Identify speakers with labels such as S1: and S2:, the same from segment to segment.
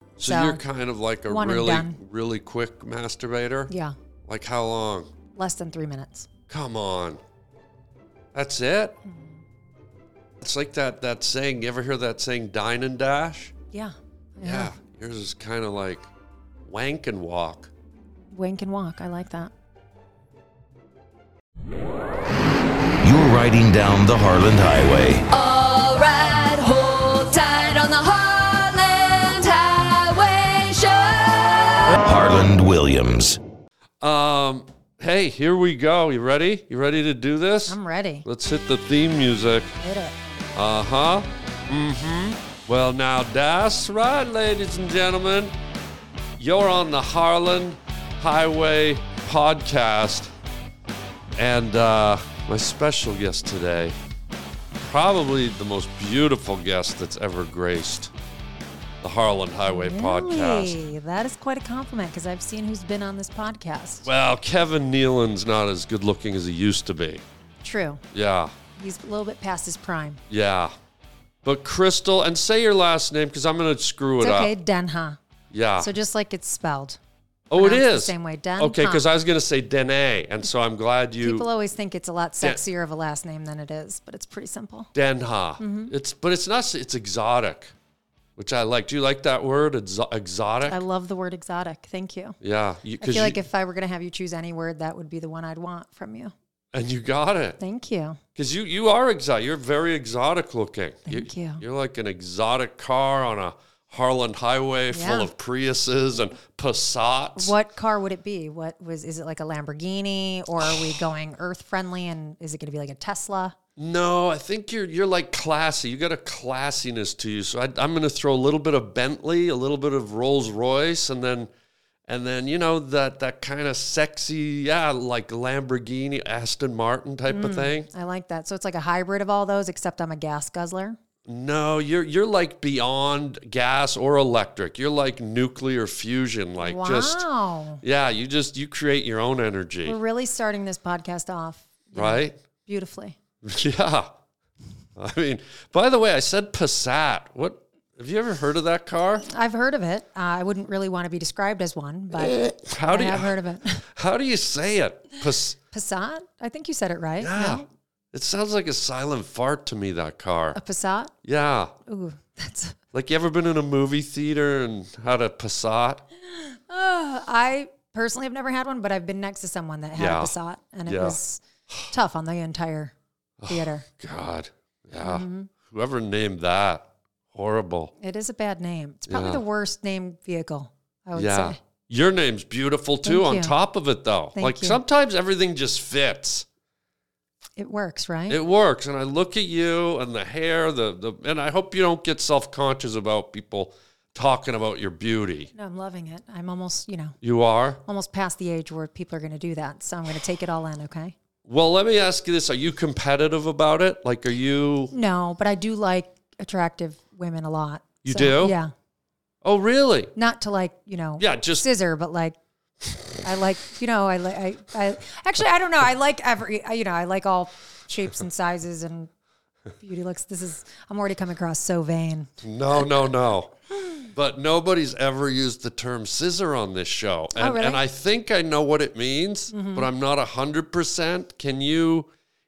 S1: So,
S2: So,
S1: you're kind of like a
S2: one and
S1: really,
S2: done.
S1: really quick masturbator.
S2: Yeah,
S1: Like how long?
S2: less than three minutes.
S1: Come on. That's it.
S2: Mm-hmm.
S1: It's like that that saying. You ever hear that saying? Dine and dash.
S2: Yeah.
S1: Yeah. Yours is kind of like wank and walk.
S2: Wink and walk. I like that.
S3: You're riding down the Harland Highway.
S4: All right, hold tight on the Heartland Highway Show.
S3: Harland Williams.
S1: Um. Hey, here we go. You ready? You ready to do this?
S2: I'm ready.
S1: Let's hit the theme music.
S2: Hit it.
S1: Uh huh. Mm hmm. Well, now that's right, ladies and gentlemen. You're on the Harlan Highway podcast. And uh, my special guest today, probably the most beautiful guest that's ever graced the Harlan Highway podcast.
S2: Really? That is quite a compliment because I've seen who's been on this podcast.
S1: Well, Kevin Nealon's not as good looking as he used to be.
S2: True.
S1: Yeah.
S2: He's a little bit past his prime.
S1: Yeah. But Crystal, and say your last name because I'm going to screw
S2: It's
S1: it
S2: okay,
S1: up. Ah.
S2: Denha.
S1: Yeah.
S2: So just like it's spelled.
S1: oh, it
S2: pronounced the
S1: is.
S2: same way, Den,
S1: Okay,
S2: huh.
S1: because I was going to say Dene, and so I'm glad you
S2: People always think it's a lot
S1: Den-
S2: sexier of a last name than it is, but it's pretty simple.
S1: Denha.
S2: Mm-hmm.
S1: It's but it's not. It's exotic, which I like. Do you like that word? Exo- exotic.
S2: I love the word exotic. Thank you.
S1: yeah. You,
S2: I
S1: 'cause
S2: feel like
S1: you-
S2: if I were going to have you choose any word, that would be the one I'd want from you.
S1: and you got it
S2: Thank you.
S1: because you you are exotic. You're very exotic looking.
S2: Thank you.
S1: You're like an exotic car on a Harlan Highway full
S2: Yeah.
S1: of Priuses and Passats.
S2: What car would it be? What was? Is it like a Lamborghini, or are we going Earth friendly? And is it going to be like a Tesla?
S1: No, I think you're you're like classy. You got a classiness to you. So I, I'm going to throw a little bit of Bentley, a little bit of Rolls Royce, and then and then you know that that kind of sexy, yeah, like Lamborghini, Aston Martin type of thing.
S2: I like that. So it's like a hybrid of all those, except I'm a gas guzzler.
S1: No, you're you're like beyond gas or electric. You're like nuclear fusion. Like
S2: Wow,
S1: just yeah, you just you create your own energy,
S2: we're really starting this podcast off
S1: right?
S2: beautifully.
S1: Yeah. I mean, by the way, I said Passat. What have you ever heard of that car?
S2: I've heard of it. Uh, I wouldn't really want to be described as one, but
S1: Eh, How
S2: I
S1: do you
S2: have heard of it.
S1: how do you say it? Pas-
S2: Passat. I think you said it right.
S1: yeah.
S2: no?
S1: It sounds like a silent fart to me. That car.
S2: A Passat.
S1: Yeah.
S2: Ooh, that's.
S1: Like you ever been in a movie theater and had a Passat?
S2: Uh, I personally have never had one, but I've been next to someone that had
S1: Yeah.
S2: a Passat, and it
S1: Yeah.
S2: was tough on the entire theater.
S1: God. Yeah.
S2: Mm-hmm.
S1: Whoever named that horrible.
S2: It is a bad name. It's probably
S1: Yeah.
S2: the worst named vehicle. I would
S1: Yeah.
S2: say.
S1: Your name's beautiful too.
S2: Thank
S1: on
S2: you.
S1: top of it, though,
S2: Thank
S1: like
S2: you.
S1: sometimes everything just fits.
S2: It works, right?
S1: It works. And I look at you and the hair, the the, and I hope you don't get self conscious about people talking about your beauty.
S2: no, I'm loving it. I'm almost, you know,
S1: You are.
S2: almost past the age where people are going to do that. So I'm going to take it all in, okay?
S1: Well, let me ask you this: Are you competitive about it? Like, are you?
S2: No, but I do like attractive women a lot.
S1: You do?
S2: Yeah.
S1: Oh, really?
S2: Not to like, you know,
S1: Yeah, just-
S2: scissor, but like, I like, you know, I like, I, I actually, I don't know. I like every, I- you know, I like all shapes and sizes and beauty looks. This is, I'm already coming across so vain.
S1: No, no, no. But nobody's ever used the term scissor on this show, and,
S2: Oh, really? Mm-hmm.
S1: and I think I know what it means, but I'm not hundred percent. Can you,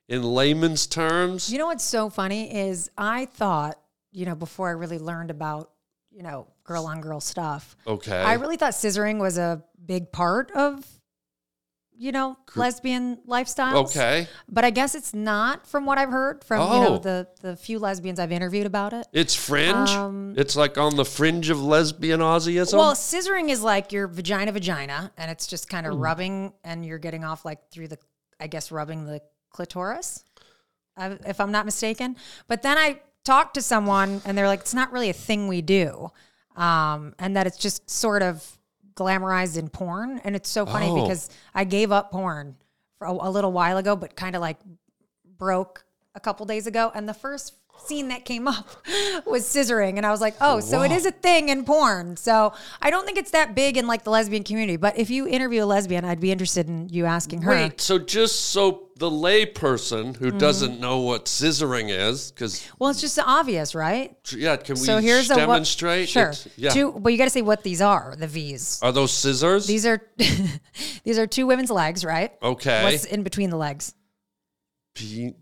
S1: in layman's terms?
S2: You know what's so funny is I thought, you know, before I really learned about, you know, girl on girl stuff,
S1: okay.
S2: I really thought scissoring was a big part of, you know, lesbian lifestyles.
S1: okay.
S2: But I guess it's not from what I've heard from, you know,
S1: Oh.
S2: the, the few lesbians I've interviewed about it.
S1: It's fringe.
S2: Um,
S1: it's like on the fringe of lesbian Aussieism.
S2: well, scissoring is like your vagina vagina, and it's just kind of rubbing, and you're getting off like through the, I guess, rubbing the clitoris, I- if I'm not mistaken. But then I talked to someone, and they're like, it's not really a thing we do, um, and that it's just sort of glamorized in porn. And it's so funny
S1: Oh.
S2: because I gave up porn for a, a little while ago, but kind of like broke a couple days ago, and the first scene that came up was scissoring. And I was like, oh, so it is a thing in porn. So I don't think it's that big in like the lesbian community. But if you interview a lesbian, I'd be interested in you asking her.
S1: Wait, so just so the layperson who
S2: Mm-hmm.
S1: doesn't know what scissoring is, because
S2: Well, it's just obvious, right?
S1: yeah, can we
S2: so here's a what,
S1: demonstrate?
S2: sure.
S1: It's- yeah.
S2: Two, but you got to say what these are. The V's.
S1: Are those scissors?
S2: These are these are two women's legs, right?
S1: okay.
S2: What's in between the legs
S1: Pe-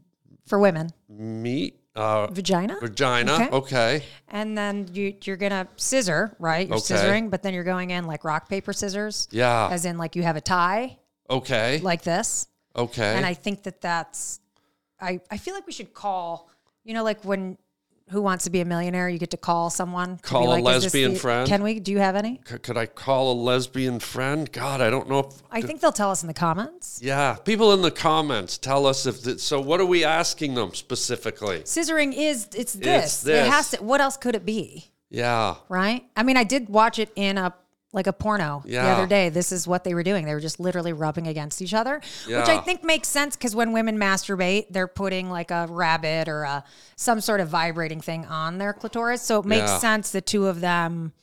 S2: for women?
S1: meat. Uh,
S2: Vagina.
S1: Vagina.
S2: Okay.
S1: Okay.
S2: And then you you're gonna scissor, right? You're
S1: Okay.
S2: scissoring, but then you're going in like rock paper scissors.
S1: Yeah.
S2: As in, like you have a tie
S1: Okay.
S2: like this,
S1: okay.
S2: and I think that that's. I I feel like we should call. You know, like when. Who wants to be a millionaire? You get to call someone. to be
S1: Call a
S2: like, is this
S1: lesbian
S2: the-
S1: friend.
S2: Can we? Do you have any?
S1: C- could I call a lesbian friend? God, I don't know if.
S2: I think they'll tell us in the comments.
S1: yeah. People in the comments tell us if. Th- so, what are we asking them specifically?
S2: Scissoring is it's this.
S1: this.
S2: It has to. What else could it be?
S1: Yeah.
S2: Right? I mean, I did watch it in a like a porno the
S1: Yeah.
S2: other day. This is what they were doing. They were just literally rubbing against each other, which I
S1: Yeah.
S2: think makes sense because when women masturbate, they're putting like a rabbit or a some sort of vibrating thing on their clitoris. So it makes
S1: Yeah.
S2: sense the two of them,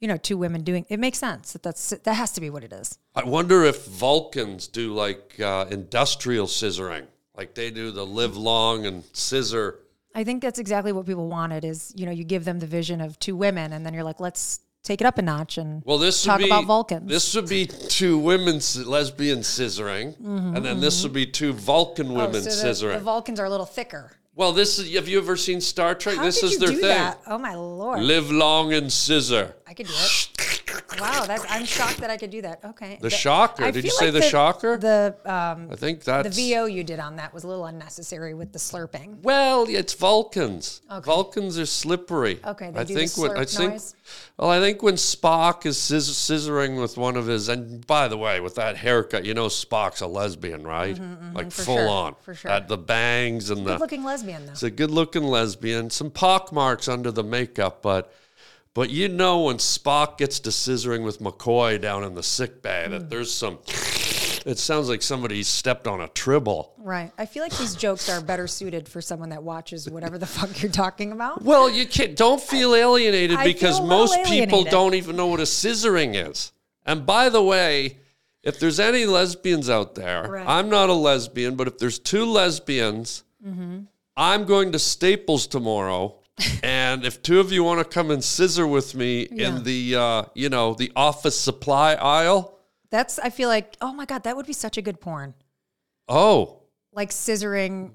S2: you know, two women doing it makes sense that that's that has to be what it is.
S1: I wonder if Vulcans do like uh, industrial scissoring, like they do the live long and scissor.
S2: I think that's exactly what people wanted is, you know, you give them the vision of two women and then you're like, let's take it up a notch and
S1: Well, this
S2: Talk
S1: would be,
S2: about Vulcans.
S1: This would be two women sci- lesbian scissoring, and then this would be two Vulcan women
S2: Mm-hmm. Oh, so the,
S1: scissoring.
S2: the Vulcans are a little thicker.
S1: well, this is. Have you ever seen Star Trek?
S2: How
S1: this
S2: did
S1: is
S2: you
S1: their
S2: do
S1: thing.
S2: that? Oh my lord!
S1: Live long and scissor.
S2: I could do it. Wow, that's I'm shocked that I could do that. Okay.
S1: The shocker.
S2: I
S1: Did you
S2: feel
S1: say the shocker?
S2: The um
S1: I think
S2: the
S1: that's
S2: VO you did on that was a little unnecessary with the slurping.
S1: Well, it's Vulcans. Vulcans are slippery.
S2: Okay, they
S1: I
S2: do the
S1: think what I
S2: slurp
S1: think.
S2: noise.
S1: Well, I think when Spock is sciss- scissoring with one of his, and by the way, with that haircut, you know Spock's a lesbian, right? like full
S2: sure,
S1: on,
S2: Mm-hmm, for sure.
S1: At the bangs and the.
S2: Looking lesbian though.
S1: It's a good-looking lesbian. Some pock marks under the makeup, but. But you know when Spock gets to scissoring with McCoy down in the sick bay that there's some. It sounds like somebody stepped on a tribble.
S2: Right. I feel like these jokes are better suited for someone that watches whatever the fuck you're talking about.
S1: Well, you can't. Don't feel alienated
S2: I
S1: because
S2: feel a little
S1: most people
S2: alienated.
S1: don't even know what a scissoring is. And by the way, if there's any lesbians out there,
S2: Right.
S1: I'm not a lesbian, but if there's two lesbians,
S2: Mm-hmm.
S1: I'm going to Staples tomorrow. and if two of you want to come and scissor with me
S2: Yeah.
S1: in the uh, you know the office supply aisle,
S2: That's I feel like oh my god that would be such a good porn
S1: oh,
S2: like scissoring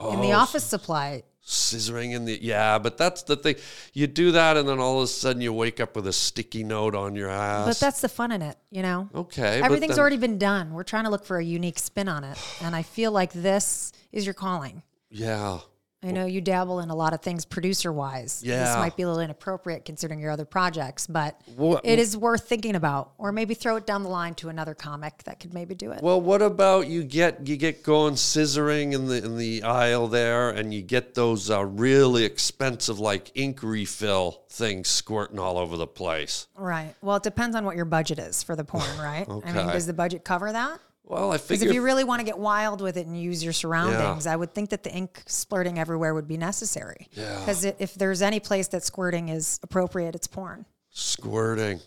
S2: in the
S1: Oh,
S2: office supply.
S1: scissoring in the yeah, but that's the thing. You do that, and then all of a sudden you wake up with a sticky note on your ass.
S2: But that's the fun in it, you know?
S1: Okay, but
S2: Everything's
S1: then-
S2: already been done. We're trying to look for a unique spin on it. And I feel like this is your calling.
S1: yeah.
S2: I know you dabble in a lot of things producer wise. This
S1: Yeah.
S2: might be a little inappropriate considering your other projects, but
S1: What-
S2: it is worth thinking about. Or maybe throw it down the line to another comic that could maybe do it.
S1: Well, what about you get you get going scissoring in the in the aisle there, and you get those uh, really expensive like ink refill things squirting all over the place.
S2: right. Well, it depends on what your budget is for the porn, right? I mean,
S1: Okay.
S2: does the budget cover that?
S1: Well, I
S2: Because
S1: figure
S2: if you really want to get wild with it and use your surroundings, I would think that the ink splurting everywhere would be necessary.
S1: Yeah.
S2: Because if there's any place that squirting is appropriate, it's porn.
S1: squirting.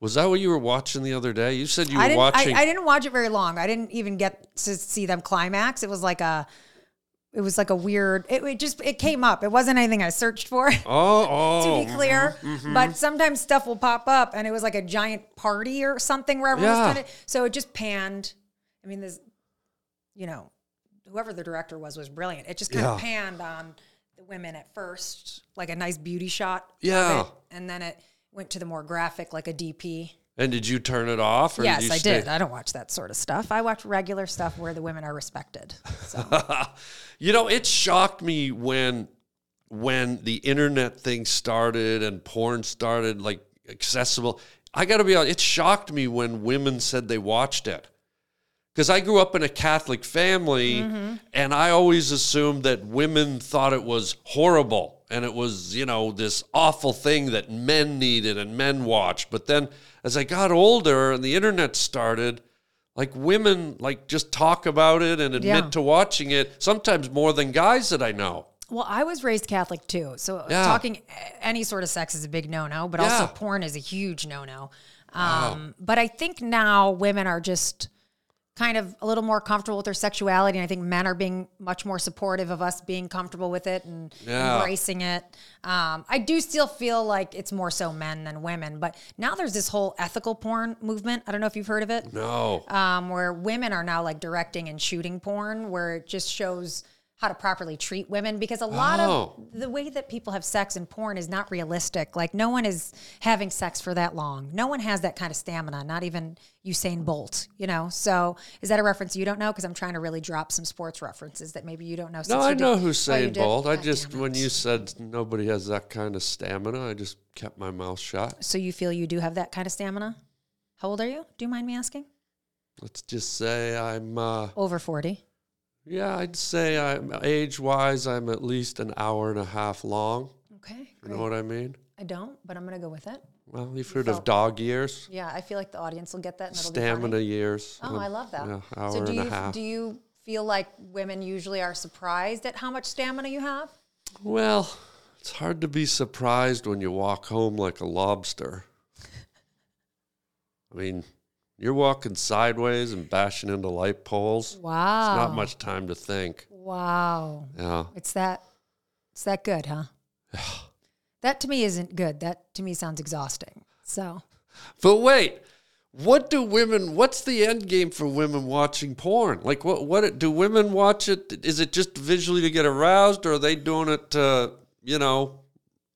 S1: Was that what you were watching the other day? You said you
S2: I
S1: were
S2: didn't.
S1: watching.
S2: I, I didn't watch it very long. I didn't even get to see them climax. It was like a. It was like a weird. It, it just it came up. It wasn't anything I searched for.
S1: oh,
S2: to
S1: oh,
S2: be clear, but sometimes stuff will pop up, and it was like a giant party or something where everyone
S1: Yeah.
S2: was kind of. So it just panned. I mean, this, you know, whoever the director was was brilliant. It just kind of
S1: Yeah.
S2: panned on the women at first, like a nice beauty shot. of
S1: Yeah.
S2: it, and then it went to the more graphic, like a DP.
S1: and did you turn it off? Or
S2: Yes,
S1: you
S2: I
S1: stay-
S2: did. I don't watch that sort of stuff. I watch regular stuff where the women are respected. So
S1: You know, it shocked me when when the internet thing started and porn started like accessible. I got to be honest, it shocked me when women said they watched it. Cuz I grew up in a Catholic family and I always assumed that women thought it was horrible and it was, you know, this awful thing that men needed and men watched. But then as I got older and the internet started, like women like just talk about it and admit
S2: Yeah.
S1: to watching it sometimes more than guys that I know.
S2: Well, I was raised Catholic too, so
S1: Yeah.
S2: talking a- any sort of sex is a big no no, but
S1: Yeah.
S2: also porn is a huge no no. Um, But I think now women are just kind of a little more comfortable with their sexuality, and I think men are being much more supportive of us being comfortable with it and
S1: Yeah.
S2: embracing it. Um, I do still feel like it's more so men than women, but now there's this whole ethical porn movement. I don't know if you've heard of it
S1: No.
S2: um, where women are now like directing and shooting porn, where it just shows how to properly treat women because a lot
S1: Oh.
S2: of the way that people have sex in porn is not realistic. Like no one is having sex for that long. No one has that kind of stamina. Not even Usain Bolt, you know. So is that a reference you don't know? Because I'm trying to really drop some sports references that maybe you don't know.
S1: no,
S2: since
S1: I
S2: you did-
S1: know
S2: oh, you
S1: who's saying
S2: did?
S1: Bolt. I
S2: God
S1: just
S2: damn it.
S1: when you said nobody has that kind of stamina, I just kept my mouth shut.
S2: so you feel you do have that kind of stamina. How old are you? Do you mind me asking?
S1: Let's just say I'm uh
S2: Over forty.
S1: yeah, I'd say I'm age-wise I'm at least an hour and a half long.
S2: Okay,
S1: You
S2: great.
S1: know what I mean?
S2: I don't, but I'm gonna go with it.
S1: Well, you've heard
S2: felt-
S1: of dog years,
S2: Yeah, I feel like the audience will get that. And it'll be funny.
S1: stamina years.
S2: Oh,
S1: um,
S2: I love that.
S1: Yeah, hour
S2: so do
S1: and
S2: you
S1: a half.
S2: do you feel like women usually are surprised at how much stamina you have?
S1: Well, it's hard to be surprised when you walk home like a lobster. I mean, you're walking sideways and bashing into light poles.
S2: Wow.
S1: It's not much time to think.
S2: Wow.
S1: Yeah.
S2: It's that it's that good, huh? that to me isn't good. That to me sounds exhausting. So
S1: But wait, what do women? What's the end game for women watching porn? Like, what? What it- do women watch it? Is it just visually to get aroused, or are they doing it to, you know?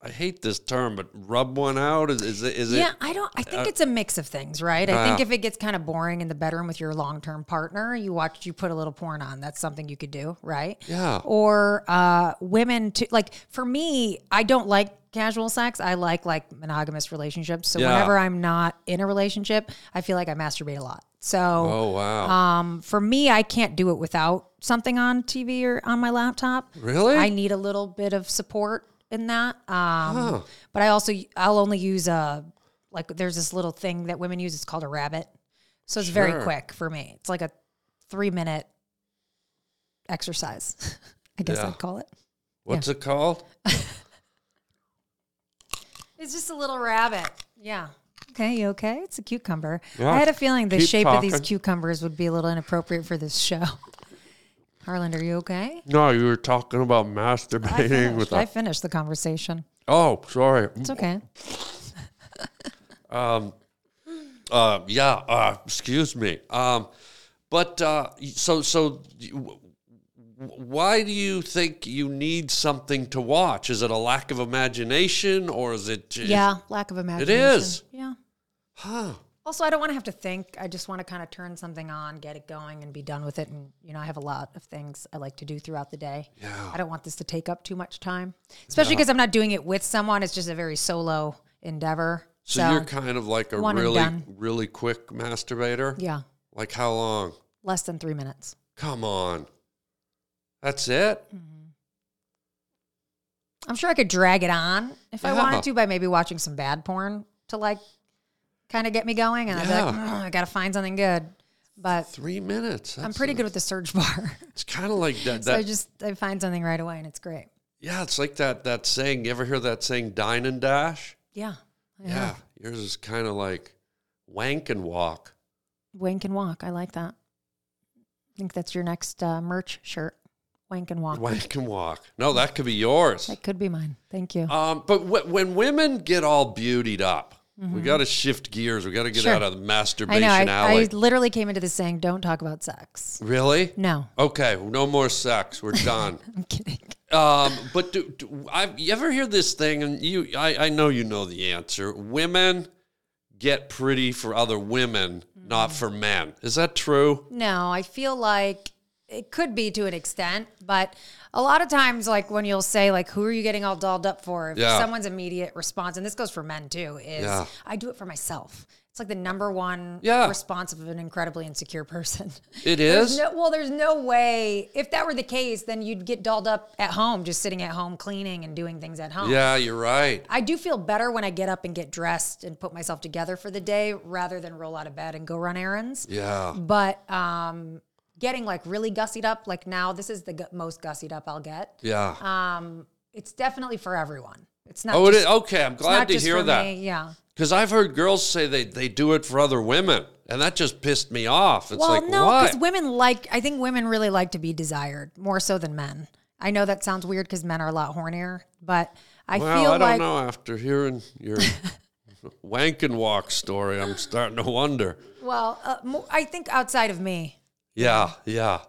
S1: I hate this term, but rub one out. Is is it? Is it
S2: Yeah,
S1: uh,
S2: I don't. I think it's a mix of things, right? I think
S1: Yeah.
S2: if it gets kind of boring in the bedroom with your long term partner, you watch, you put a little porn on. That's something you could do, right?
S1: Yeah.
S2: Or uh, women to like. For me, I don't like casual sex. I like like monogamous relationships. So
S1: Yeah.
S2: whenever I'm not in a relationship, I feel like I masturbate a lot. So
S1: oh wow.
S2: um, for me, I can't do it without something on TV or on my laptop.
S1: Really?
S2: I need a little bit of support in that. Um, But I also I'll only use a like there's this little thing that women use. It's called a rabbit. So it's
S1: Sure.
S2: very quick for me. It's like a three minute exercise. I guess
S1: Yeah.
S2: I'd call it.
S1: What's it called?
S2: It's just a little rabbit. Yeah. Okay, you okay? It's a cucumber.
S1: Yeah.
S2: I had a feeling the
S1: Keep
S2: shape of these
S1: talking.
S2: cucumbers would be a little inappropriate for this show. Harland, are you okay?
S1: No, you were talking about
S2: Oh, I
S1: masturbating
S2: finished,
S1: with
S2: I
S1: a.
S2: finished the conversation.
S1: Oh, sorry.
S2: It's okay.
S1: Uh, yeah. Uh, excuse me. Um, but uh, so so, you- why do you think you need something to watch? Is it a lack of imagination, or is it? ju-
S2: Yeah, lack of imagination.
S1: is.
S2: Yeah.
S1: Huh.
S2: Also, I don't want to have to think. I just want to kind of turn something on, get it going, and be done with it. And you know, I have a lot of things I like to do throughout the day.
S1: Yeah.
S2: I don't want this to take up too much time, especially because I'm not doing it with someone. It's just a very solo endeavor.
S1: So,
S2: So,
S1: you're kind of like a
S2: one and
S1: really
S2: done.
S1: really quick masturbator.
S2: yeah,
S1: Like how long?
S2: less than three minutes.
S1: Come on. That's it.
S2: I'm sure I could drag it on if I
S1: Yeah.
S2: wanted to by maybe watching some bad porn to like kind of get me going. And I'd be like,
S1: Yeah.
S2: "Ugh, I got to find something good. But
S1: Three minutes.
S2: I'm
S1: That's-
S2: pretty good with the search bar.
S1: It's kind of like that. that
S2: so I just I find something right away and it's great.
S1: Yeah, it's like that that saying. You ever hear that saying, "Dine and dash"?
S2: Yeah. I
S1: Yeah,
S2: have.
S1: yours is kind of like wank and walk.
S2: Wank and walk. I like that. I think that's your next uh, merch shirt. Wank and walk.
S1: Wank and walk. No, that could be yours.
S2: That could be mine. Thank you.
S1: Um, but w- when women get all beautied up, we got to shift gears. We got to get
S2: Mm-hmm. Sure.
S1: out of the
S2: I
S1: masturbation
S2: know. I, I
S1: alley.
S2: literally came into this saying, "Don't talk about sex."
S1: really?
S2: No,
S1: Okay, no more sex. We're done.
S2: I'm kidding.
S1: Um, but do, do I you ever hear this thing? And you, I, I know you know the answer. Women get pretty for other women,
S2: Mm-hmm.
S1: not for men. Is that true?
S2: No, I feel like it could be to an extent, but a lot of times, like when you'll say, like, who are you getting all dolled up for? If
S1: Yeah.
S2: someone's immediate response, and this goes for men too, is
S1: Yeah.
S2: I do it for myself. It's It's like the number one
S1: Yeah.
S2: response of an incredibly insecure person.
S1: It
S2: There's
S1: is.
S2: no, well, there's no way. If that were the case, then you'd get dolled up at home, just sitting at home cleaning and doing things at home.
S1: yeah, you're right.
S2: I do feel better when I get up and get dressed and put myself together for the day rather than roll out of bed and go run errands.
S1: Yeah.
S2: But um, getting like really gussied up, like now, this is the gu- most gussied up I'll get.
S1: Yeah.
S2: It's definitely for everyone. It's not.
S1: oh, it
S2: just,
S1: is. Okay, I'm
S2: it's not
S1: glad to
S2: just
S1: hear
S2: for
S1: that.
S2: me, Yeah.
S1: Because I've heard girls say they, they do it for other women, and that just pissed me off. It's
S2: well,
S1: like,
S2: no,
S1: why?
S2: because women like. I think women really like to be desired more so than men. I know that sounds weird because men are a lot hornier, but I
S1: well,
S2: feel
S1: I don't
S2: like
S1: know. After hearing your wank and walk story, I'm starting to wonder.
S2: well, uh, mo- I think outside of me.
S1: Yeah, yeah.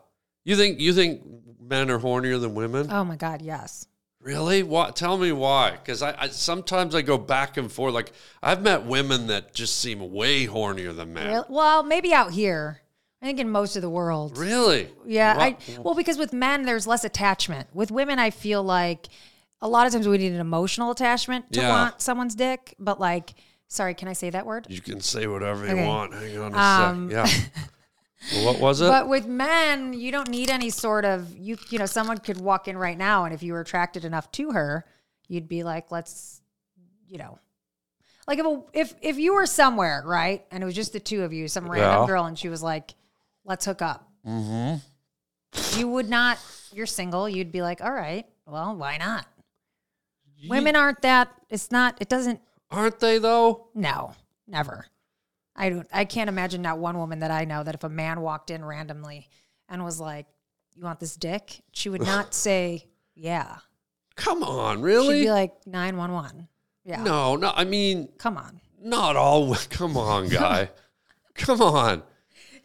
S1: You think you think men are hornier than women?
S2: Oh my God, yes.
S1: Really? What? Tell me why? Because I, I sometimes I go back and forth. Like I've met women that just seem way hornier than men.
S2: Real- Well, maybe out here. I think in most of the world.
S1: Really?
S2: Yeah, I
S1: What-
S2: well because with men there's less attachment. With women, I feel like a lot of times we need an emotional attachment to
S1: Yeah.
S2: want someone's dick. But like, sorry, can I say that word?
S1: You can say whatever
S2: Okay.
S1: you want. Hang on a
S2: Um,
S1: sec. Yeah. Well, what was it?
S2: But with men, you don't need any sort of you. You know, someone could walk in right now, and if you were attracted enough to her, you'd be like, let's, you know, like if a, if if you were somewhere right, and it was just the two of you, some random
S1: Yeah.
S2: girl, and she was like, let's hook up. Mm-hmm. You would not. You're single. You'd be like, all right, well, why not? Women aren't that. It's not. It doesn't.
S1: Aren't they though?
S2: No, never. I don't. I can't imagine not one woman that I know that if a man walked in randomly and was like, "You want this dick?" she would not say, "Yeah."
S1: Come on,
S2: She'd
S1: really?
S2: be like, 911. Yeah.
S1: no, no. I mean,
S2: Come on.
S1: not all. Come on, guy. Come on.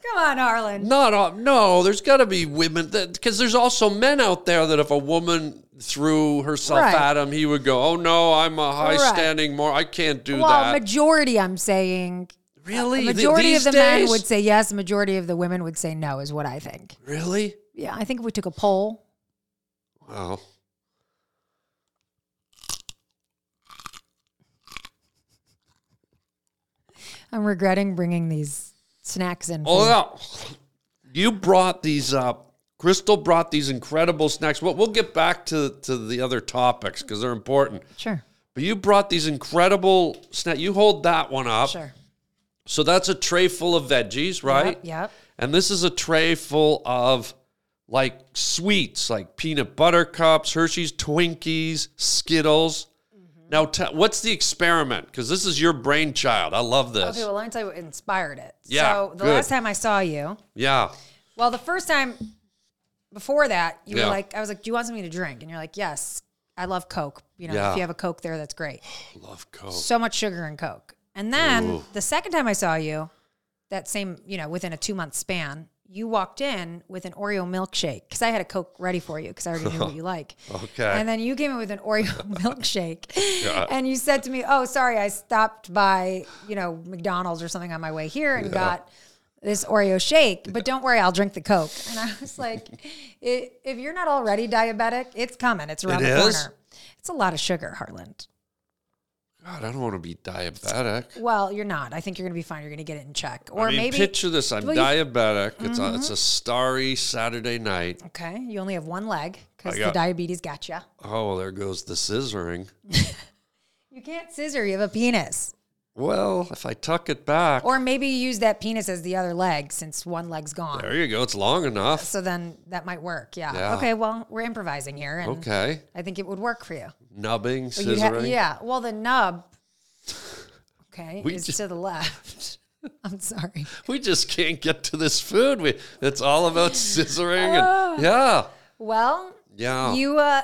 S2: Come on, Arlen.
S1: Not all. No, there's got to be women because there's also men out there that if a woman threw herself
S2: Right.
S1: at him, he would go, "Oh no, I'm a high
S2: Right.
S1: standing more. I can't do
S2: Well,
S1: that."
S2: majority, I'm saying.
S1: really?
S2: The
S1: Th-
S2: majority
S1: these
S2: of the men
S1: days?
S2: would say yes. The majority of the women would say no, is what I think.
S1: Really?
S2: Yeah, I think if we took a poll,
S1: Wow.
S2: I'm regretting bringing these snacks in. for
S1: Oh
S2: you.
S1: yeah. You brought these up. Crystal brought these incredible snacks. Well, we'll get back to to the other topics because they're important.
S2: Sure.
S1: But you brought these incredible snacks. You hold that one up.
S2: Sure.
S1: So that's a tray full of veggies, right?
S2: Yep. yep.
S1: And this is a tray full of like sweets, like peanut butter cups, Hershey's, Twinkies, Skittles.
S2: Mm-hmm.
S1: Now, t- what's the experiment? Because this is your brainchild. I love this.
S2: Okay, well, let me tell you what inspired it.
S1: Yeah,
S2: So the
S1: good.
S2: last time I saw you,
S1: yeah.
S2: well, the first time before that, you
S1: Yeah.
S2: were like, I was like, "Do you want something to drink?" And you're like, "Yes, I love Coke. You know,
S1: Yeah.
S2: if you have a Coke there, that's great.
S1: Love Coke.
S2: So much sugar in Coke." And then the second time I saw you, that same, you know, within a two month span, you walked in with an Oreo milkshake because I had a Coke ready for you because I already knew what you like.
S1: Okay.
S2: And then you came in with an Oreo milkshake, and you said to me, "Oh, sorry, I stopped by, you know, McDonald's or something on my way here and got." This Oreo shake, but don't worry, I'll drink the Coke. And I was like, i if you're not already diabetic, it's coming. It's around
S1: It
S2: the
S1: is?
S2: corner. It's a lot of sugar, Harland.
S1: God, I don't want to be diabetic.
S2: Well, you're not. I think you're going to be fine. You're going to get it in check. Or
S1: I mean,
S2: maybe.
S1: picture this. I'm
S2: Well, you- Mm-hmm.
S1: diabetic. It's, a, it's a starry Saturday night.
S2: okay, you only have one leg because
S1: I
S2: the
S1: got-
S2: diabetes got you.
S1: Oh, there goes the scissoring.
S2: You can't scissor. You have a penis.
S1: Well, if I tuck it back,
S2: Or maybe you use that penis as the other leg since one leg's gone.
S1: there you go. It's long enough.
S2: So then that might work. Yeah.
S1: Yeah.
S2: Okay. Well, we're improvising here, and
S1: Okay.
S2: I think it would work for you.
S1: Nubbing,
S2: But you'd
S1: scissoring.
S2: ha- yeah. Well, the nub. Okay,
S1: We
S2: is
S1: just-
S2: to the left. I'm sorry.
S1: we just can't get to this food. We it's all about scissoring and yeah,
S2: Well,
S1: yeah.
S2: Ah. you uh,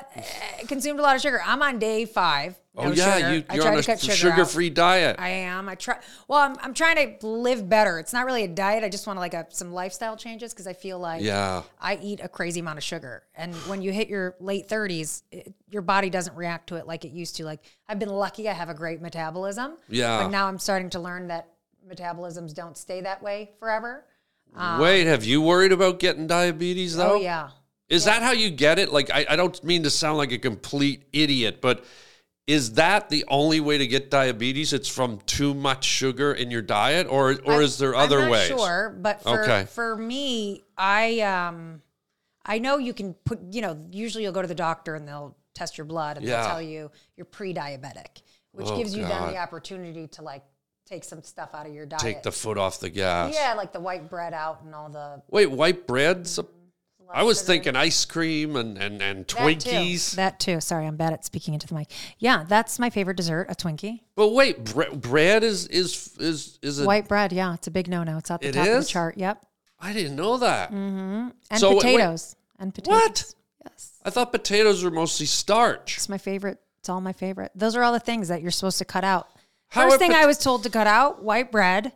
S2: consumed a lot of sugar. I'm on day five.
S1: oh
S2: no
S1: yeah,
S2: sugar.
S1: you
S2: I
S1: you're
S2: tried
S1: on a
S2: to cut sugar,
S1: sugar
S2: out.
S1: free diet.
S2: I am. I try. Well, I'm, I'm trying to live better. It's not really a diet. I just want to like a, some lifestyle changes because I feel like
S1: yeah,
S2: I eat a crazy amount of sugar. And when you hit your late 30s, it, your body doesn't react to it like it used to. Like, I've been lucky I have a great metabolism.
S1: Yeah.
S2: But now I'm starting to learn that metabolisms don't stay that way forever.
S1: Wait, have you worried about getting diabetes though?
S2: Um, Oh, yeah.
S1: Is that how you get it? Like I, I don't mean to sound like a complete idiot, but Is that the only way to get diabetes? It's from too much sugar in your diet, or or is there other
S2: I'm not
S1: ways?
S2: Sure, but for
S1: Okay.
S2: for me, I um, I know you can put. You know, usually you'll go to the doctor and they'll test your blood and
S1: Yeah.
S2: they'll tell you you're pre-diabetic, which
S1: Oh,
S2: gives you then
S1: God.
S2: the opportunity to like take some stuff out of your diet.
S1: Take the foot off the gas.
S2: yeah, like the white bread out and all the.
S1: Wait, white breads? I was
S2: sugar.
S1: thinking ice cream and and and Twinkies.
S2: That too. Sorry, I'm bad at speaking into the mic. Yeah, that's my favorite dessert, a Twinkie.
S1: But wait, bre- bread is is is is a.
S2: White bread, yeah, it's a big no-no. It's out the
S1: It
S2: top of
S1: is?
S2: the chart. Yep.
S1: I didn't know that.
S2: Mm-hmm. And
S1: So, wait, wait.
S2: potatoes. And potatoes.
S1: What?
S2: Yes.
S1: I thought potatoes were mostly starch.
S2: It's my favorite. It's all my favorite. Those are all the things that you're supposed to cut out.
S1: How
S2: First
S1: are
S2: thing
S1: pot-
S2: I was told to cut out, white bread,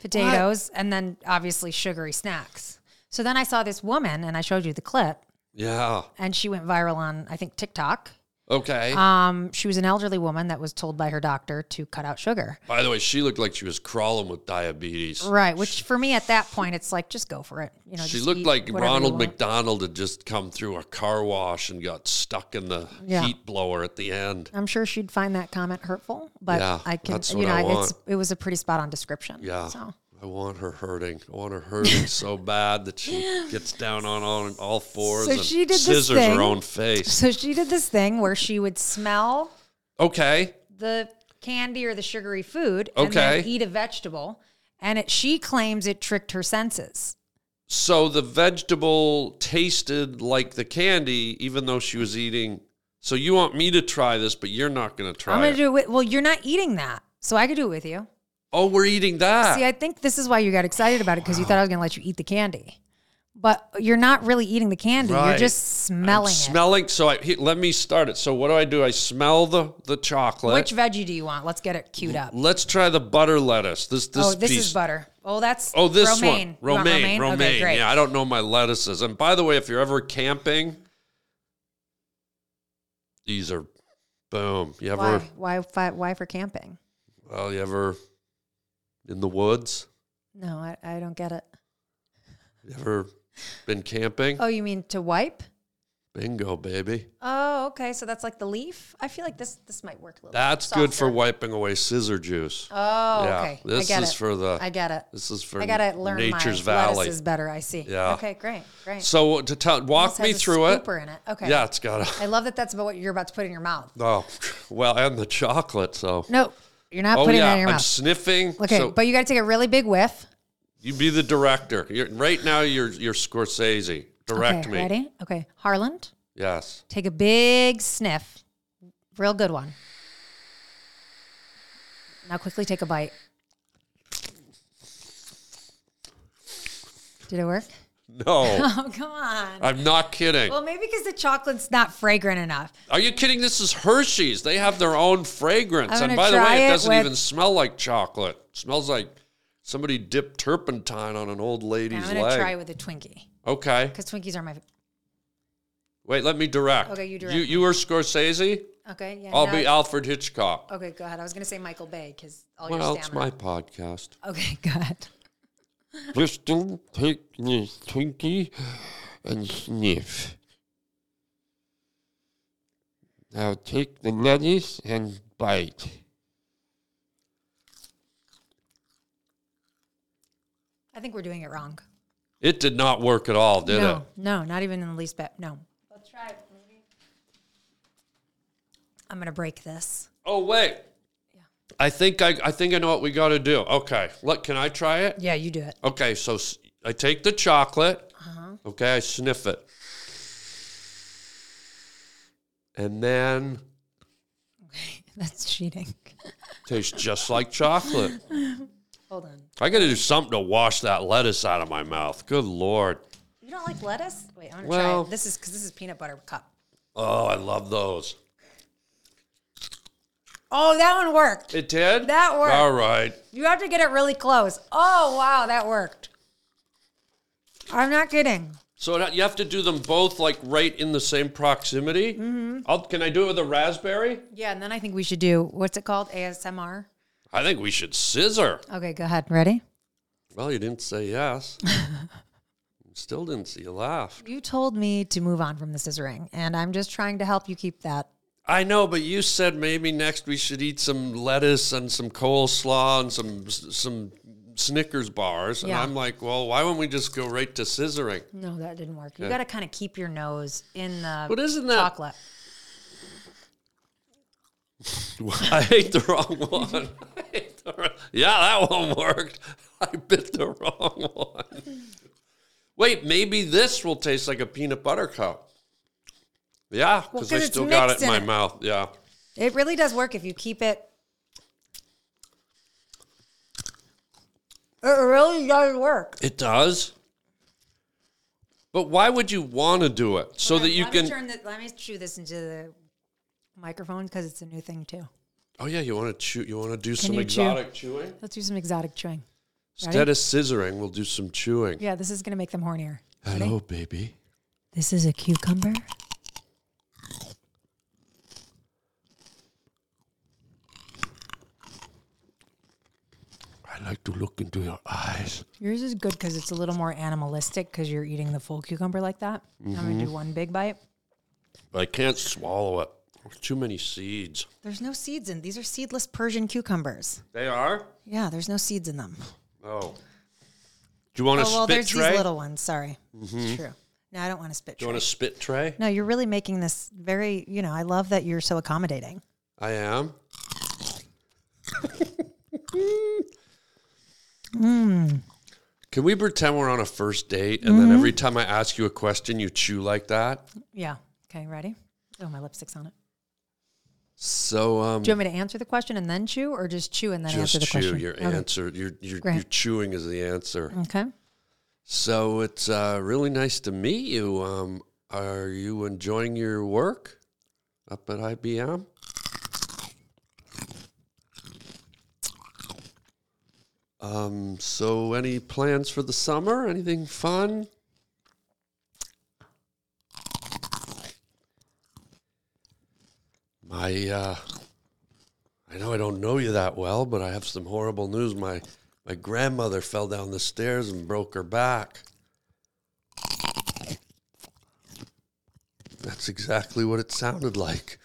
S2: potatoes, and then obviously sugary snacks. So then I saw this woman and I showed you the clip
S1: Yeah.
S2: and she went viral on I think TikTok.
S1: Okay.
S2: Um, she was an elderly woman that was told by her doctor to cut out sugar.
S1: By the way, she looked like she was crawling with diabetes.
S2: Right, which for me at that point, it's like just go for it. You know,
S1: She
S2: just
S1: looked
S2: eat
S1: like
S2: whatever you
S1: Ronald
S2: want.
S1: McDonald had just come through a car wash and got stuck in the
S2: Yeah.
S1: heat blower at the end.
S2: I'm sure she'd find that comment hurtful, but
S1: Yeah,
S2: I can,
S1: that's
S2: you
S1: what
S2: know,
S1: I
S2: it's
S1: want.
S2: it was a pretty spot on description.
S1: Yeah.
S2: So
S1: I want her hurting. I want her hurting so bad that she gets down on all, all fours
S2: So
S1: and
S2: she did this
S1: scissors
S2: thing.
S1: her own face.
S2: so she did this thing where she would smell
S1: Okay.
S2: the candy or the sugary food and then
S1: Okay.
S2: eat a vegetable, and it, she claims it tricked her senses.
S1: So the vegetable tasted like the candy, even though she was eating. So you want me to try this, but you're not going to try
S2: I'm gonna
S1: it.
S2: do it. With, well, you're not eating that, so I could do it with you.
S1: oh, we're eating that.
S2: See, I think this is why you got excited about it because you thought I was going to let you eat the candy. But you're not really eating the candy. You're
S1: Right.
S2: just smelling it.
S1: smelling. So I, he, let me start it. So what do I do? I smell the the chocolate.
S2: Which veggie do you want? Let's get it queued up.
S1: Let's try the butter lettuce. This this
S2: oh, this
S1: piece.
S2: is butter. Oh, that's
S1: Oh, this
S2: romaine. You
S1: one.
S2: want
S1: Romaine. Romaine.
S2: Okay, great.
S1: yeah, I don't know my lettuces. And by the way, if you're ever camping, these are boom. You ever
S2: why, why, fi- why for camping?
S1: well, you ever in the woods?
S2: No, I, I don't get it.
S1: You ever been camping?
S2: Oh, you mean to wipe?
S1: Bingo, baby.
S2: Oh, okay. So that's like the leaf. I feel like this this might work a little.
S1: That's
S2: softer.
S1: good for wiping away scissor juice.
S2: Oh,
S1: yeah.
S2: okay.
S1: This
S2: I get
S1: is
S2: it.
S1: for the
S2: I get it.
S1: this is for
S2: I gotta learn
S1: nature's
S2: my
S1: valley.
S2: lettuces better. I see.
S1: Yeah.
S2: Okay, great, great.
S1: So uh, to tell, walk
S2: This has
S1: me
S2: a
S1: through it.
S2: scooper in it. Okay.
S1: Yeah, it's got
S2: I
S1: a.
S2: love that that's about what you're about to put in your mouth.
S1: Oh, well, and the chocolate. So.
S2: No, you're not
S1: oh
S2: putting
S1: yeah,
S2: it in your
S1: I'm
S2: mouth.
S1: sniffing.
S2: okay,
S1: so
S2: but you got to take a really big whiff.
S1: you be the director. You're, right now, you're you're Scorsese. Direct
S2: okay,
S1: me.
S2: Ready? Okay, Harland,
S1: Yes.
S2: take a big sniff, real good one. Now quickly take a bite. Did it work?
S1: No,
S2: Oh come on.
S1: I'm not kidding.
S2: Well, maybe because the chocolate's not fragrant enough.
S1: Are you kidding? This is Hershey's. They have their own fragrance.
S2: I'm
S1: and
S2: gonna
S1: by the
S2: try
S1: way, it
S2: it
S1: doesn't
S2: with-
S1: even smell like chocolate. It smells like somebody dipped turpentine on an old
S2: I'm
S1: lady's
S2: gonna
S1: leg.
S2: try with a Twinkie
S1: okay.
S2: because Twinkies are my.
S1: Wait, let me direct.
S2: Okay, you direct
S1: You,
S2: me.
S1: you were Scorsese?
S2: Okay, yeah.
S1: I'll
S2: now-
S1: be Alfred Hitchcock.
S2: Okay, go ahead. I was gonna say Michael Bay because all
S1: well,
S2: your
S1: it's
S2: stamina.
S1: my podcast.
S2: Okay, go ahead.
S1: Bristol, take this Twinkie and sniff. Now take the lettuce and bite.
S2: I think we're doing it wrong.
S1: It did not work at all, did
S2: no,
S1: it?
S2: no, not even in the least bit. No. Let's try it. I'm gonna break this.
S1: Oh wait. I think I, I think I know what we got to do. Okay, look, can I try it?
S2: Yeah, you do it.
S1: Okay, so s- I take the chocolate. Okay, I sniff it, and then
S2: That's cheating.
S1: tastes just like chocolate.
S2: Hold on.
S1: I got to do something to wash that lettuce out of my mouth. Good lord.
S2: You don't like lettuce? Wait, I'm gonna
S1: Well-
S2: try it. This is because this is peanut butter cup.
S1: Oh, I love those.
S2: Oh, that one worked.
S1: It did?
S2: That worked.
S1: All right.
S2: You have to get it really close. Oh wow, that worked. I'm not kidding.
S1: So that- you have to do them both like right in the same proximity. Mm-hmm. I'll, can I do it with a raspberry?
S2: Yeah, and then I think we should do what's it called? ASMR.
S1: I think we should scissor.
S2: Okay, go ahead. Ready?
S1: Well, you didn't say yes. Still didn't see you laugh.
S2: You told me to move on from the scissoring, and I'm just trying to help you keep that
S1: I know, but you said maybe next we should eat some lettuce and some coleslaw and some some Snickers bars. And
S2: Yeah.
S1: I'm like, well, why wouldn't we just go right to scissoring?
S2: No, that didn't work. You got to kind of keep your nose in the
S1: But isn't that-
S2: chocolate.
S1: I hate the wrong one. I hate the wrong- yeah, that one worked. I bit the wrong one. Wait, maybe this will taste like a peanut butter cup. Yeah, because
S2: 'cause
S1: I
S2: it's
S1: still got it
S2: mixed
S1: in
S2: in
S1: my
S2: it.
S1: mouth. Yeah.
S2: It really does work if you keep it. It really does work.
S1: It does. But why would you want to do it so that you
S2: let
S1: can?
S2: Me turn the, let me chew this into the microphone because it's a new thing too.
S1: oh yeah, you want to chew. You want to do some
S2: you chew?
S1: exotic chewing
S2: Let's do some exotic chewing.
S1: instead of scissoring. We'll do some chewing.
S2: Yeah, this is going to make them hornier.
S1: Hello, baby.
S2: This is a cucumber.
S1: I like to look into your eyes.
S2: Yours is good because it's a little more animalistic because you're eating the full cucumber like that. I'm going to
S1: Mm-hmm.
S2: do one big bite.
S1: But I can't swallow it. There's too many seeds.
S2: There's no seeds in these are seedless Persian cucumbers.
S1: They are.
S2: Yeah, there's no seeds in them.
S1: Oh. Do you want a
S2: oh well,
S1: spit Mm-hmm.
S2: there's
S1: tray?
S2: these little ones. Sorry, it's true. No, I don't want to spit.
S1: Do you want a
S2: tray.
S1: spit tray?
S2: No, you're really making this very. You know, I love that you're so accommodating.
S1: I am. Can we pretend we're on a first date and
S2: Mm-hmm.
S1: then every time I ask you a question, you chew like that?
S2: Yeah. Okay. Ready? Oh, my lipstick's on it.
S1: Mm. So, um,
S2: Do you want me to answer the question and then chew, or just chew and then
S1: just
S2: answer the
S1: chew.
S2: question?
S1: Your
S2: Okay.
S1: answer, your, your, your
S2: Great.
S1: chewing is the answer.
S2: Okay.
S1: So, it's uh, really nice to meet you. Um, are you enjoying your work up at IBM? Um, so, any plans for the summer? Anything fun? My, uh, I know I don't know you that well, but I have some horrible news. My, my grandmother fell down the stairs and broke her back. That's exactly what it sounded like.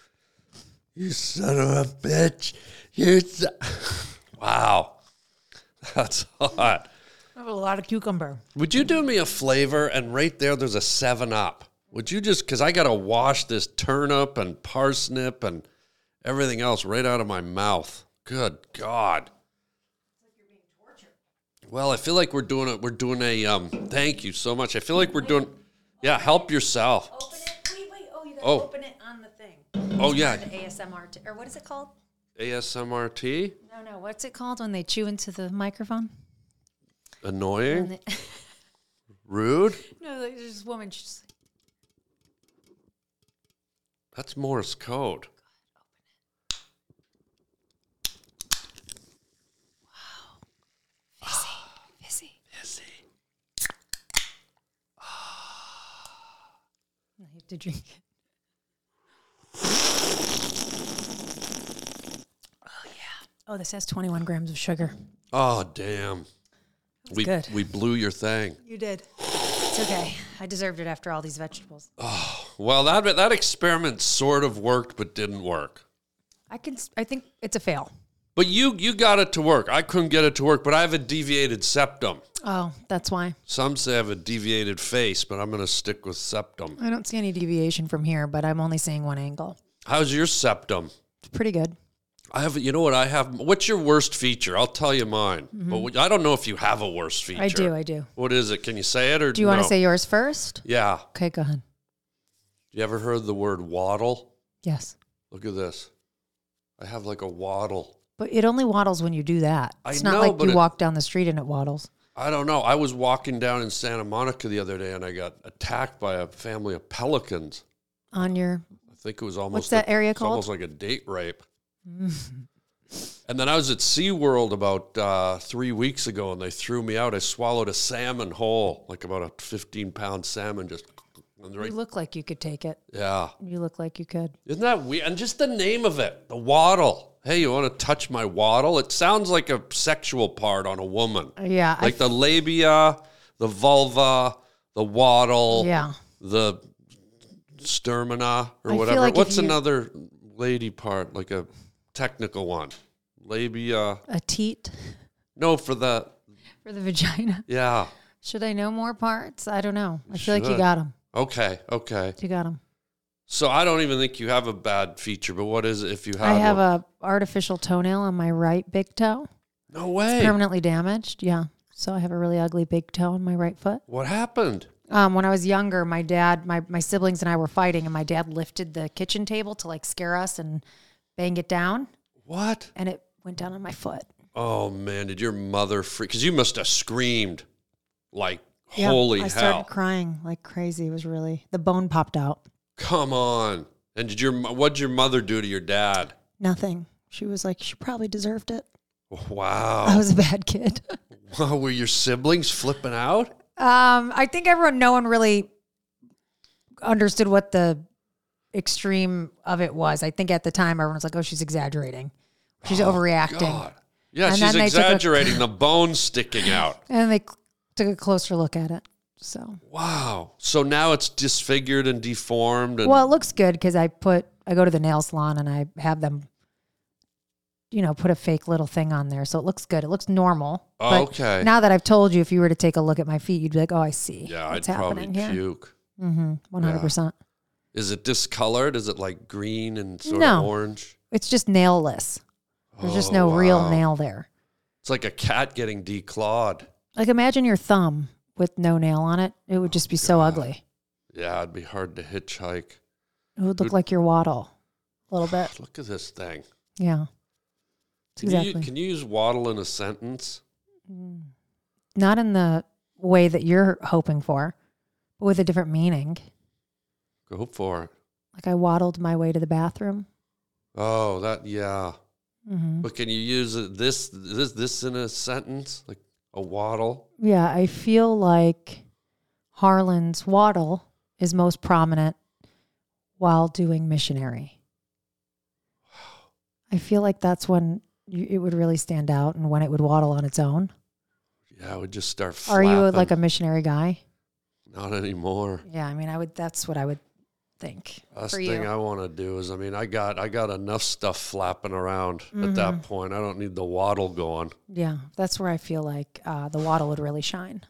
S1: You son of a bitch. You. Son- wow. That's hot.
S2: I have a lot of cucumber.
S1: Would you do me a flavor? And right there, there's a 7 Up. Would you just, because I got to wash this turnip and parsnip and everything else right out of my mouth. Good God. Well, I feel like we're doing it. We're doing a um. Thank you so much. I feel like we're doing. Yeah, help yourself.
S2: Open it. Wait, wait. Oh, you gotta
S1: Oh.
S2: open it on the thing.
S1: Oh yeah,
S2: The ASMR t- or what is it called?
S1: ASMRT.
S2: No, no. What's it called when they chew into the microphone?
S1: Annoying,
S2: And they-
S1: rude.
S2: no, like, there's this woman. She's like,
S1: That's Morse code.
S2: busy. I have to drink it. Oh yeah. Oh, this has 21 grams of sugar.
S1: Oh damn. We
S2: good.
S1: we blew your thing.
S2: You did. It's okay. I deserved it after all these vegetables.
S1: Well, that that experiment sort of worked, but didn't work.
S2: I can. s- I think it's a fail.
S1: But you you got it to work. I couldn't get it to work, but I have a deviated septum.
S2: Oh, that's why.
S1: Some say I have a deviated face, but I'm gonna stick with septum.
S2: I don't see any deviation from here, but I'm only seeing one angle.
S1: How's your septum?
S2: It's pretty good.
S1: I have, you know what I have? What's your worst feature? I'll tell you mine. But what- I don't know if you have a worst feature.
S2: Mm-hmm. I do. I do.
S1: What is it? Can you say it or
S2: Do you want
S1: no?
S2: to say yours first?
S1: Yeah.
S2: Okay, go ahead.
S1: You ever heard the word waddle?
S2: Yes.
S1: Look at this. I have like a waddle.
S2: But it only waddles when you do that.
S1: I
S2: It's not
S1: know,
S2: like
S1: but
S2: you
S1: it-
S2: walk down the street and it waddles.
S1: I don't know. I was walking down in Santa Monica the other day and I got attacked by a family of pelicans.
S2: On your
S1: I think it was almost
S2: that
S1: like-
S2: area
S1: it's
S2: called?
S1: Almost like a date rape. and then I was at SeaWorld about uh, three weeks ago, and they threw me out. I swallowed a salmon whole, like about a fifteen pound salmon, just and right-
S2: you look like you could take it.
S1: yeah.
S2: You look like you could.
S1: Isn't that weird? And just the name of it, the waddle. Hey, you want to touch my waddle? It sounds like a sexual part on a woman,
S2: Yeah.
S1: like the labia, the vulva, the waddle,
S2: Yeah.
S1: the sternum or
S2: feel
S1: whatever.
S2: like if
S1: What's
S2: you-
S1: another lady part, like a technical one. Labia.
S2: A teat
S1: No, for the
S2: for the vagina.
S1: yeah.
S2: Should I know more parts? I don't know. I feel like you
S1: should.
S2: got them.
S1: Okay, okay.
S2: You got them.
S1: So I don't even think you have a bad feature, but what is it if you
S2: I
S1: have?
S2: have
S1: one?
S2: a artificial toenail on my right big toe.
S1: no way.
S2: Permanently damaged. Yeah. So I have a really ugly big toe on my right foot.
S1: What happened?
S2: Um, when I was younger, my dad, my, my siblings and I were fighting, and my dad lifted the kitchen table to like scare us and bang it down,
S1: What?
S2: and it went down on my foot.
S1: Oh man, did your mother freak? Because you must have screamed like
S2: Yeah,
S1: holy
S2: I
S1: hell!
S2: started crying like crazy. It was really the bone popped out.
S1: Come on. And did your mo- what'd your mother do to your dad?
S2: Nothing. She was like, she probably deserved it. I
S1: Wow.
S2: was a bad kid.
S1: Wow, were your siblings flipping out?
S2: Um, I think everyone, no one really understood what the extreme of it was. I think at the time, everyone was like, "Oh, she's exaggerating. She's overreacting."
S1: Oh, God. Yeah,
S2: And
S1: she's
S2: then they took a-
S1: exaggerating the bones sticking out.
S2: And they c- took a closer look at it. So,
S1: Wow. So now it's disfigured and deformed and
S2: well, it looks good because I put I go to the nail salon and I have them, you know, put a fake little thing on there, so it looks good. It looks normal.
S1: Oh,
S2: But
S1: okay.
S2: Now that I've told you, if you were to take a look at my feet, you'd be like, "Oh, I see.
S1: yeah, I'd
S2: what's
S1: probably
S2: happening here." Mm-hmm.
S1: puke.
S2: One hundred percent.
S1: Is it discolored? Is it like green and sort of
S2: No.
S1: orange? Oh,
S2: It's just nailless. There's just no real nail there.
S1: It's like a cat getting declawed.
S2: Like imagine your thumb with no nail on it. It
S1: Oh,
S2: would just be so ugly.
S1: Yeah, it'd be hard to hitchhike.
S2: It would look like your waddle a little bit.
S1: Look at this thing.
S2: Yeah. It's
S1: Can,
S2: exactly.
S1: you, can you use waddle in a sentence?
S2: Not in the way that you're hoping for, but with a different meaning.
S1: Go for it.
S2: Like I waddled my way to the bathroom.
S1: Oh, that yeah.
S2: hmm
S1: But can you use it- this this this in a sentence like a waddle?
S2: Yeah, I feel like Harlan's waddle is most prominent while doing missionary. I feel like that's when you, it would really stand out and when it would waddle on its own.
S1: Yeah, I would just start.
S2: Are
S1: Flapping.
S2: you like a missionary guy?
S1: Not anymore.
S2: Yeah, I mean, I would. That's what I would think
S1: Last
S2: for
S1: thing
S2: you.
S1: I want to do is, I mean, I got I got enough stuff flapping around at that
S2: Mm.
S1: point. I don't need the waddle going.
S2: yeah, that's where I feel like uh, the waddle would really shine.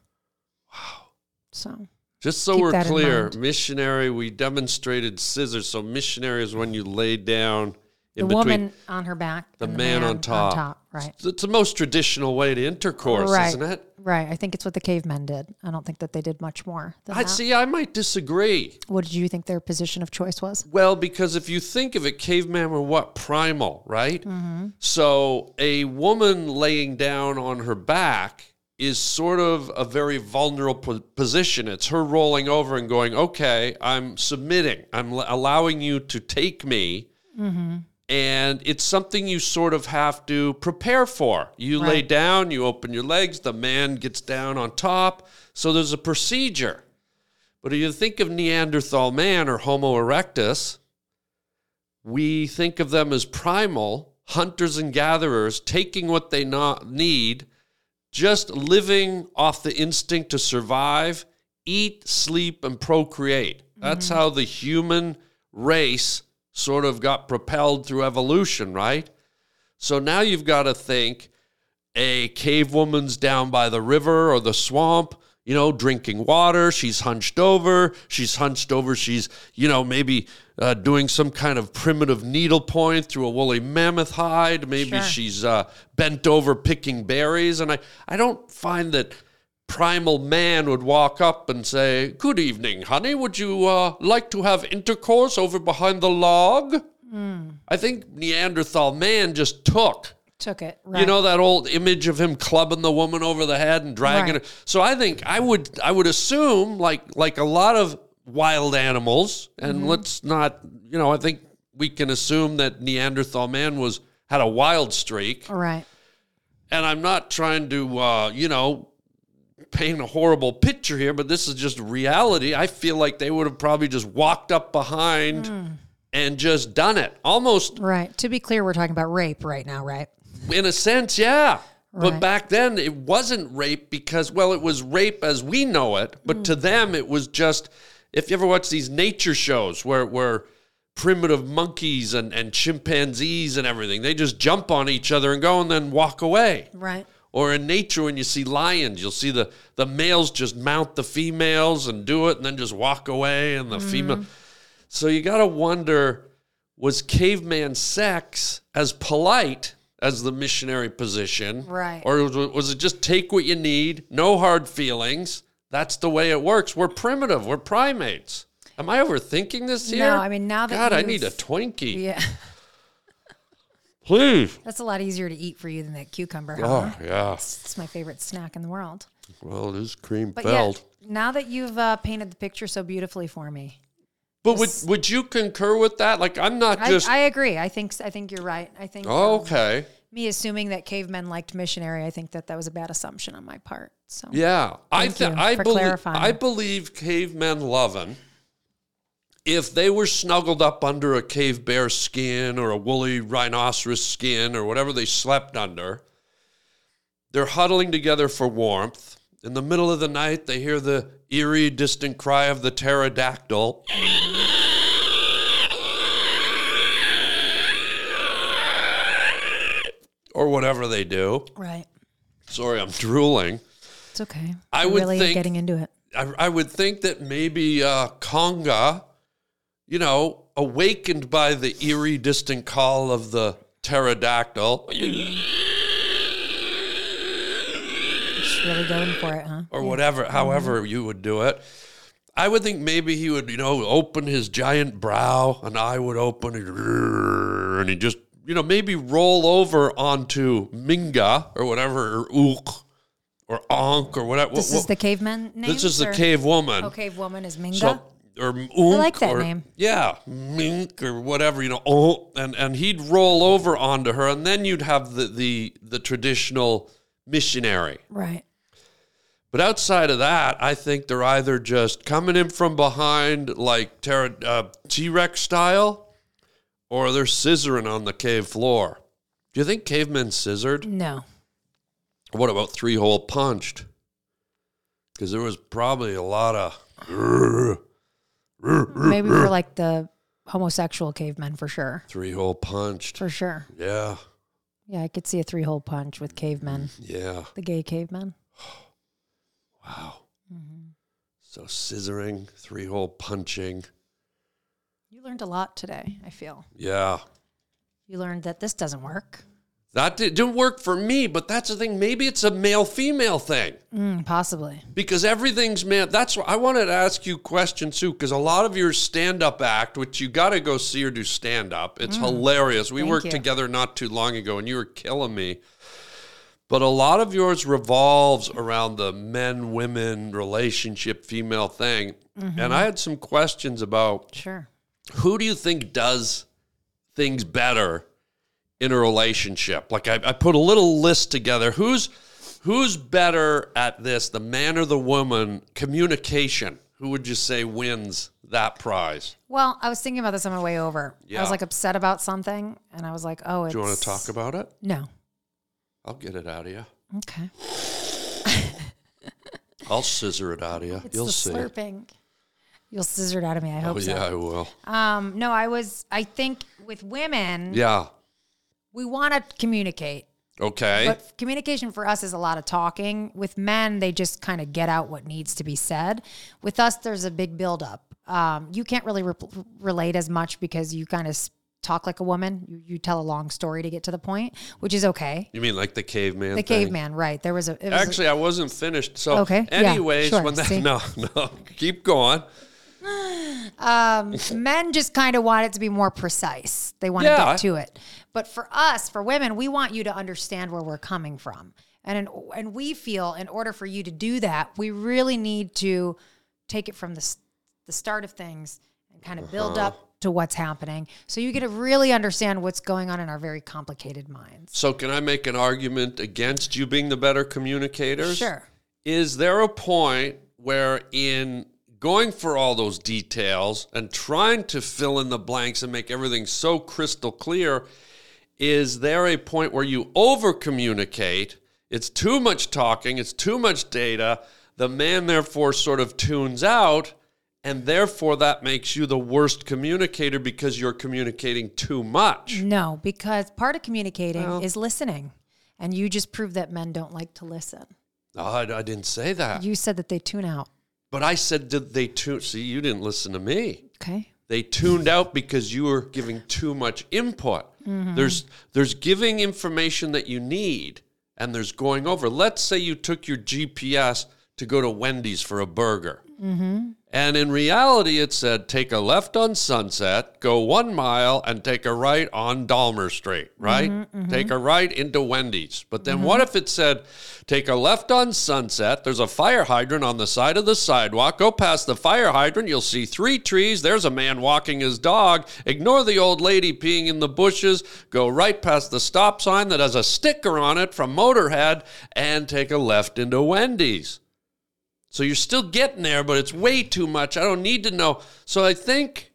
S2: Wow. So
S1: Just so
S2: Keep
S1: we're
S2: that in
S1: clear,
S2: mind.
S1: missionary, we demonstrated scissors. So missionary is when you lay down
S2: the
S1: in between.
S2: woman on her back,
S1: the
S2: and
S1: man on top.
S2: right?
S1: It's the most traditional way to intercourse,
S2: Right.
S1: isn't it?
S2: Right. I think it's what the cavemen did. I don't think that they did much more. Than
S1: I
S2: that.
S1: see. I might disagree.
S2: What did you think their position of choice was?
S1: Well, because if you think of it, cavemen were what primal, right? So a woman laying down on her back is sort of a very vulnerable po- position. It's her rolling over and going, "Okay, I'm submitting. I'm l- allowing you to take me." And it's something you sort of have to prepare for. You lay
S2: Right.
S1: down, you open your legs, the man gets down on top. So there's a procedure. But if you think of Neanderthal man or Homo erectus, we think of them as primal hunters and gatherers taking what they not need, just living off the instinct to survive, eat, sleep, and procreate. That's how the human race sort of got propelled through evolution, right? So now you've got to think a cave woman's down by the river or the swamp, you know, drinking water. She's hunched over. She's hunched over. She's, you know, maybe uh, doing some kind of primitive needlepoint through a woolly mammoth hide. Maybe she's uh, bent over picking berries. And I, I don't find that primal man would walk up and say, Good evening, honey. Would you uh, like to have intercourse over behind the log? I think Neanderthal man just took.
S2: Took it. Right.
S1: You know that old image of him clubbing the woman over the head and dragging
S2: Right.
S1: her. So I think I would I would assume like like a lot of wild animals, and
S2: Mm-hmm.
S1: let's not you know I think we can assume that Neanderthal man was had a wild streak,
S2: All right.
S1: and I'm not trying to uh, you know paint a horrible picture here, but this is just reality. I feel like they would have probably just walked up behind
S2: Mm.
S1: and just done it almost
S2: Right. To be clear, we're talking about rape right now, right?
S1: In a sense, yeah. But
S2: Right.
S1: back then, it wasn't rape because, well, it was rape as we know it. But to them, it was just. If you ever watch these nature shows where where primitive monkeys and, and chimpanzees and everything. They just jump on each other and go and then walk away.
S2: Right.
S1: Or in nature, when you see lions, you'll see the, the males just mount the females and do it and then just walk away, and the
S2: Mm.
S1: female. So you got to wonder was caveman sex as polite as the missionary position?
S2: Right.
S1: Or was- was it just take what you need, no hard feelings? That's the way it works. We're primitive, we're primates. Am I overthinking this
S2: No,
S1: here?
S2: I mean, now that
S1: God, I
S2: you've-
S1: need a Twinkie.
S2: Yeah.
S1: Please.
S2: That's a lot easier to eat for you than that cucumber. huh?
S1: Oh, yeah.
S2: It's, it's my favorite snack in the world.
S1: Well, it is cream
S2: But
S1: filled.
S2: yeah, now that you've uh, painted the picture so beautifully for me,
S1: But would would you concur with that? Like, I'm not
S2: I,
S1: just
S2: I agree. I think s- I think you're right. I think
S1: oh,
S2: um,
S1: okay.
S2: me assuming that cavemen liked missionary, I think that that was a bad assumption on my part. So
S1: Yeah, I
S2: Thank
S1: think
S2: you
S1: I
S2: for
S1: believe
S2: clarifying.
S1: I believe cavemen loving. If they were snuggled up under a cave bear skin or a woolly rhinoceros skin or whatever they slept under, they're huddling together for warmth. In the middle of the night, they hear the eerie, distant cry of the pterodactyl. Or whatever they do.
S2: right,
S1: Sorry, I'm drooling.
S2: it's okay.
S1: I
S2: We're
S1: would
S2: really
S1: think-
S2: getting into it.
S1: I, I would think that maybe uh, Conga, you know, awakened by the eerie, distant call of the pterodactyl
S2: Just really going for it, huh?
S1: or whatever, however you would do it. I would think maybe he would, you know, open his giant brow, and I would open, and and he just, you know, maybe roll over onto Minga or whatever, or Ook or Onk or whatever.
S2: This is the caveman name.
S1: this is the cave woman.
S2: Oh, cave woman is Minga.
S1: So, or Oonk
S2: like that
S1: or-
S2: name.
S1: Yeah, Mink or whatever, you know. Oh, and and he'd roll over onto her, and then you'd have the the the traditional missionary.
S2: right.
S1: But outside of that, I think they're either just coming in from behind like pter- uh, T Rex style, or they're scissoring on the cave floor. Do you think cavemen scissored?
S2: No.
S1: What about three hole punched? Because there was probably a lot of.
S2: Maybe for like the homosexual cavemen for sure.
S1: Three hole punched.
S2: For sure.
S1: Yeah,
S2: Yeah, I could see a three hole punch with cavemen.
S1: yeah.
S2: The gay cavemen.
S1: Wow. So scissoring, three hole punching.
S2: You learned a lot today, I feel.
S1: Yeah.
S2: You learned that this doesn't work.
S1: That did, didn't work for me, but that's the thing. Maybe it's a male female thing
S2: Mm, possibly.
S1: because everything's man. That's why I wanted to ask you questions too, because a lot of your stand up act, which you got to go see her do stand up, it's hilarious. We
S2: Mm. Thank
S1: worked
S2: you.
S1: together not too long ago and you were killing me. But a lot of yours revolves around the men women relationship female thing.
S2: Mm-hmm.
S1: And I had some questions about
S2: Sure.
S1: who do you think does things better in a relationship? Like I, I put a little list together. Who's who's better at this, the man or the woman? Communication. Who would you say wins that prize?
S2: Well, I was thinking about this on my way over. I
S1: Yeah.
S2: was like upset about something, and I was like, "Oh, it's."
S1: Do you want to talk about it?
S2: No.
S1: I'll get it out of you.
S2: Okay.
S1: I'll scissor it out of you.
S2: It's
S1: You'll
S2: the
S1: see.
S2: slurping. You'll scissor it out of me. I hope
S1: Oh
S2: so.
S1: yeah, I will.
S2: Um, no, I was. I think with women,
S1: Yeah.
S2: we want to communicate,
S1: Okay.
S2: but communication for us is a lot of talking. With men, they just kind of get out what needs to be said. With us, there's a big buildup. Um, you can't really re- relate as much because you kind of talk like a woman. You, you tell a long story to get to the point, which is okay.
S1: you mean like the caveman?
S2: The
S1: thing?
S2: caveman, right? There was a. It was a-
S1: Actually, I wasn't finished. So,
S2: Okay, yeah,
S1: anyways,
S2: sure,
S1: when that
S2: see?
S1: no, no, keep going.
S2: men just kind of want it to be more precise. They want to
S1: Yeah.
S2: get to it. But for us, for women, we want you to understand where we're coming from. And in, and we feel in order for you to do that, we really need to take it from the s- the start of things and kind of build
S1: Uh-huh.
S2: up to what's happening. So you get to really understand what's going on in our very complicated minds.
S1: So, can I make an argument against you being the better communicator?
S2: Sure.
S1: Is there a point where, in going for all those details and trying to fill in the blanks and make everything so crystal clear, is there a point where you over communicate? It's too much talking, it's too much data. The man, therefore, sort of tunes out And therefore, that makes you the worst communicator because you're communicating too much.
S2: No, because part of communicating is listening. And you just proved that men don't like to listen.
S1: Oh, I, I didn't say that.
S2: You said that they tune out.
S1: but I said, did they tune? See, you didn't listen to me.
S2: Okay.
S1: They tuned out because you were giving too much input. There's there's giving information that you need, and there's going over. Let's say you took your GPS to go to Wendy's for a burger, and in reality, it said take a left on Sunset, go one mile, and take a right on Dahmer Street. Right, take a right into Wendy's. But then what if it said take a left on Sunset? There's a fire hydrant on the side of the sidewalk. Go past the fire hydrant, you'll see three trees. There's a man walking his dog. Ignore the old lady peeing in the bushes. Go right past the stop sign that has a sticker on it from Motorhead, and take a left into Wendy's. So you're still getting there, but it's way too much. I don't need to know. So I think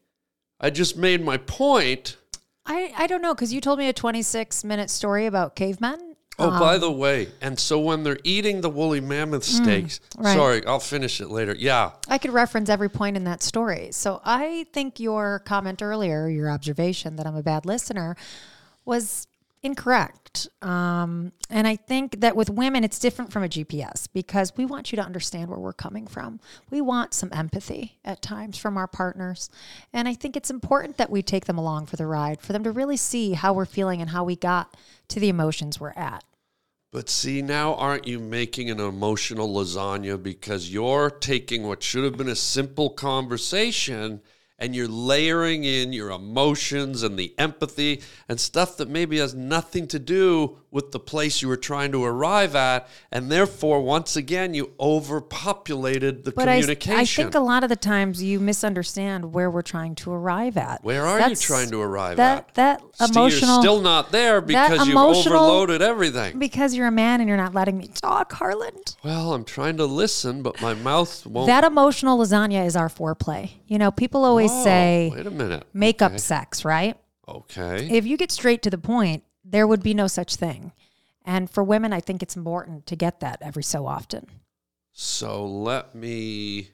S1: I just made my point.
S2: I, I don't know, because you told me a 26 minute story about cavemen.
S1: Oh, by the way, and so when they're eating the woolly mammoth steaks,
S2: right.
S1: sorry, I'll finish it later. Yeah,
S2: I could reference every point in that story. So I think your comment earlier, your observation that I'm a bad listener, was incorrect. Um, and I think that with women, it's different from a GPS because we want you to understand where we're coming from. We want some empathy at times from our partners. And I think it's important that we take them along for the ride for them to really see how we're feeling and how we got to the emotions we're at.
S1: But see, now aren't you making an emotional lasagna because you're taking what should have been a simple conversation and you're layering in your emotions and the empathy and stuff that maybe has nothing to do with the place you were trying to arrive at. And therefore, once again, you overpopulated the
S2: But I,
S1: communication.
S2: I think a lot of the times you misunderstand where we're trying to arrive at.
S1: Where are
S2: That's-
S1: you trying to arrive
S2: that,
S1: at?
S2: That
S1: See,
S2: emotional.
S1: You're still not there because you've
S2: emotional-
S1: overloaded everything.
S2: because you're a man and you're not letting me talk, Harland.
S1: well, I'm trying to listen, but my mouth won't.
S2: That emotional lasagna is our foreplay. You know, people always
S1: Oh,
S2: say
S1: wait a minute.
S2: make up sex, right?
S1: Okay.
S2: If you get straight to the point, there would be no such thing. And for women, I think it's important to get that every so often.
S1: so let me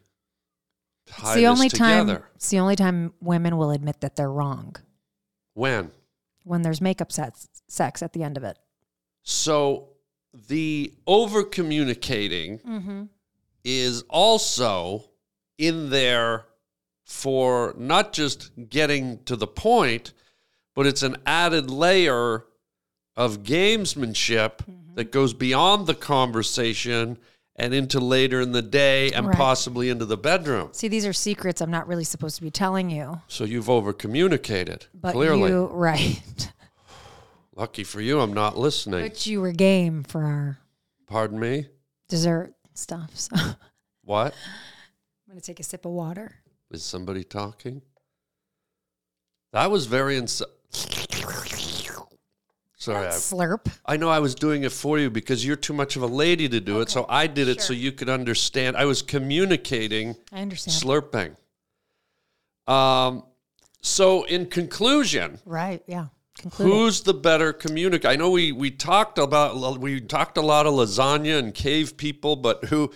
S1: tie
S2: It's the
S1: this
S2: only time.
S1: together.
S2: It's the only time women will admit that they're wrong
S1: When?
S2: when there's makeup sex, sex at the end of it.
S1: So the over communicating
S2: Mm.
S1: is also in there for not just getting to the point, but it's an added layer of gamesmanship
S2: Mm-hmm.
S1: that goes beyond the conversation and into later in the day and
S2: Right.
S1: possibly into the bedroom.
S2: See, these are secrets I'm not really supposed to be telling you,
S1: So you've over communicated.
S2: but
S1: Clearly.
S2: you right.
S1: Lucky for you, I'm not listening.
S2: but you were game for our
S1: Pardon me?
S2: dessert stuff. So I'm
S1: What?
S2: gonna take a sip of water.
S1: Is somebody talking? That was very ins- Sorry, I,
S2: Slurp.
S1: I know I was doing it for you because you're too much of a lady to do it, so I did it so you could understand. I was communicating
S2: I understand.
S1: slurping. Um, so in conclusion,
S2: right. Yeah. Concluded.
S1: Who's the better communicator? I know we we talked about we talked a lot of lasagna and cave people, but who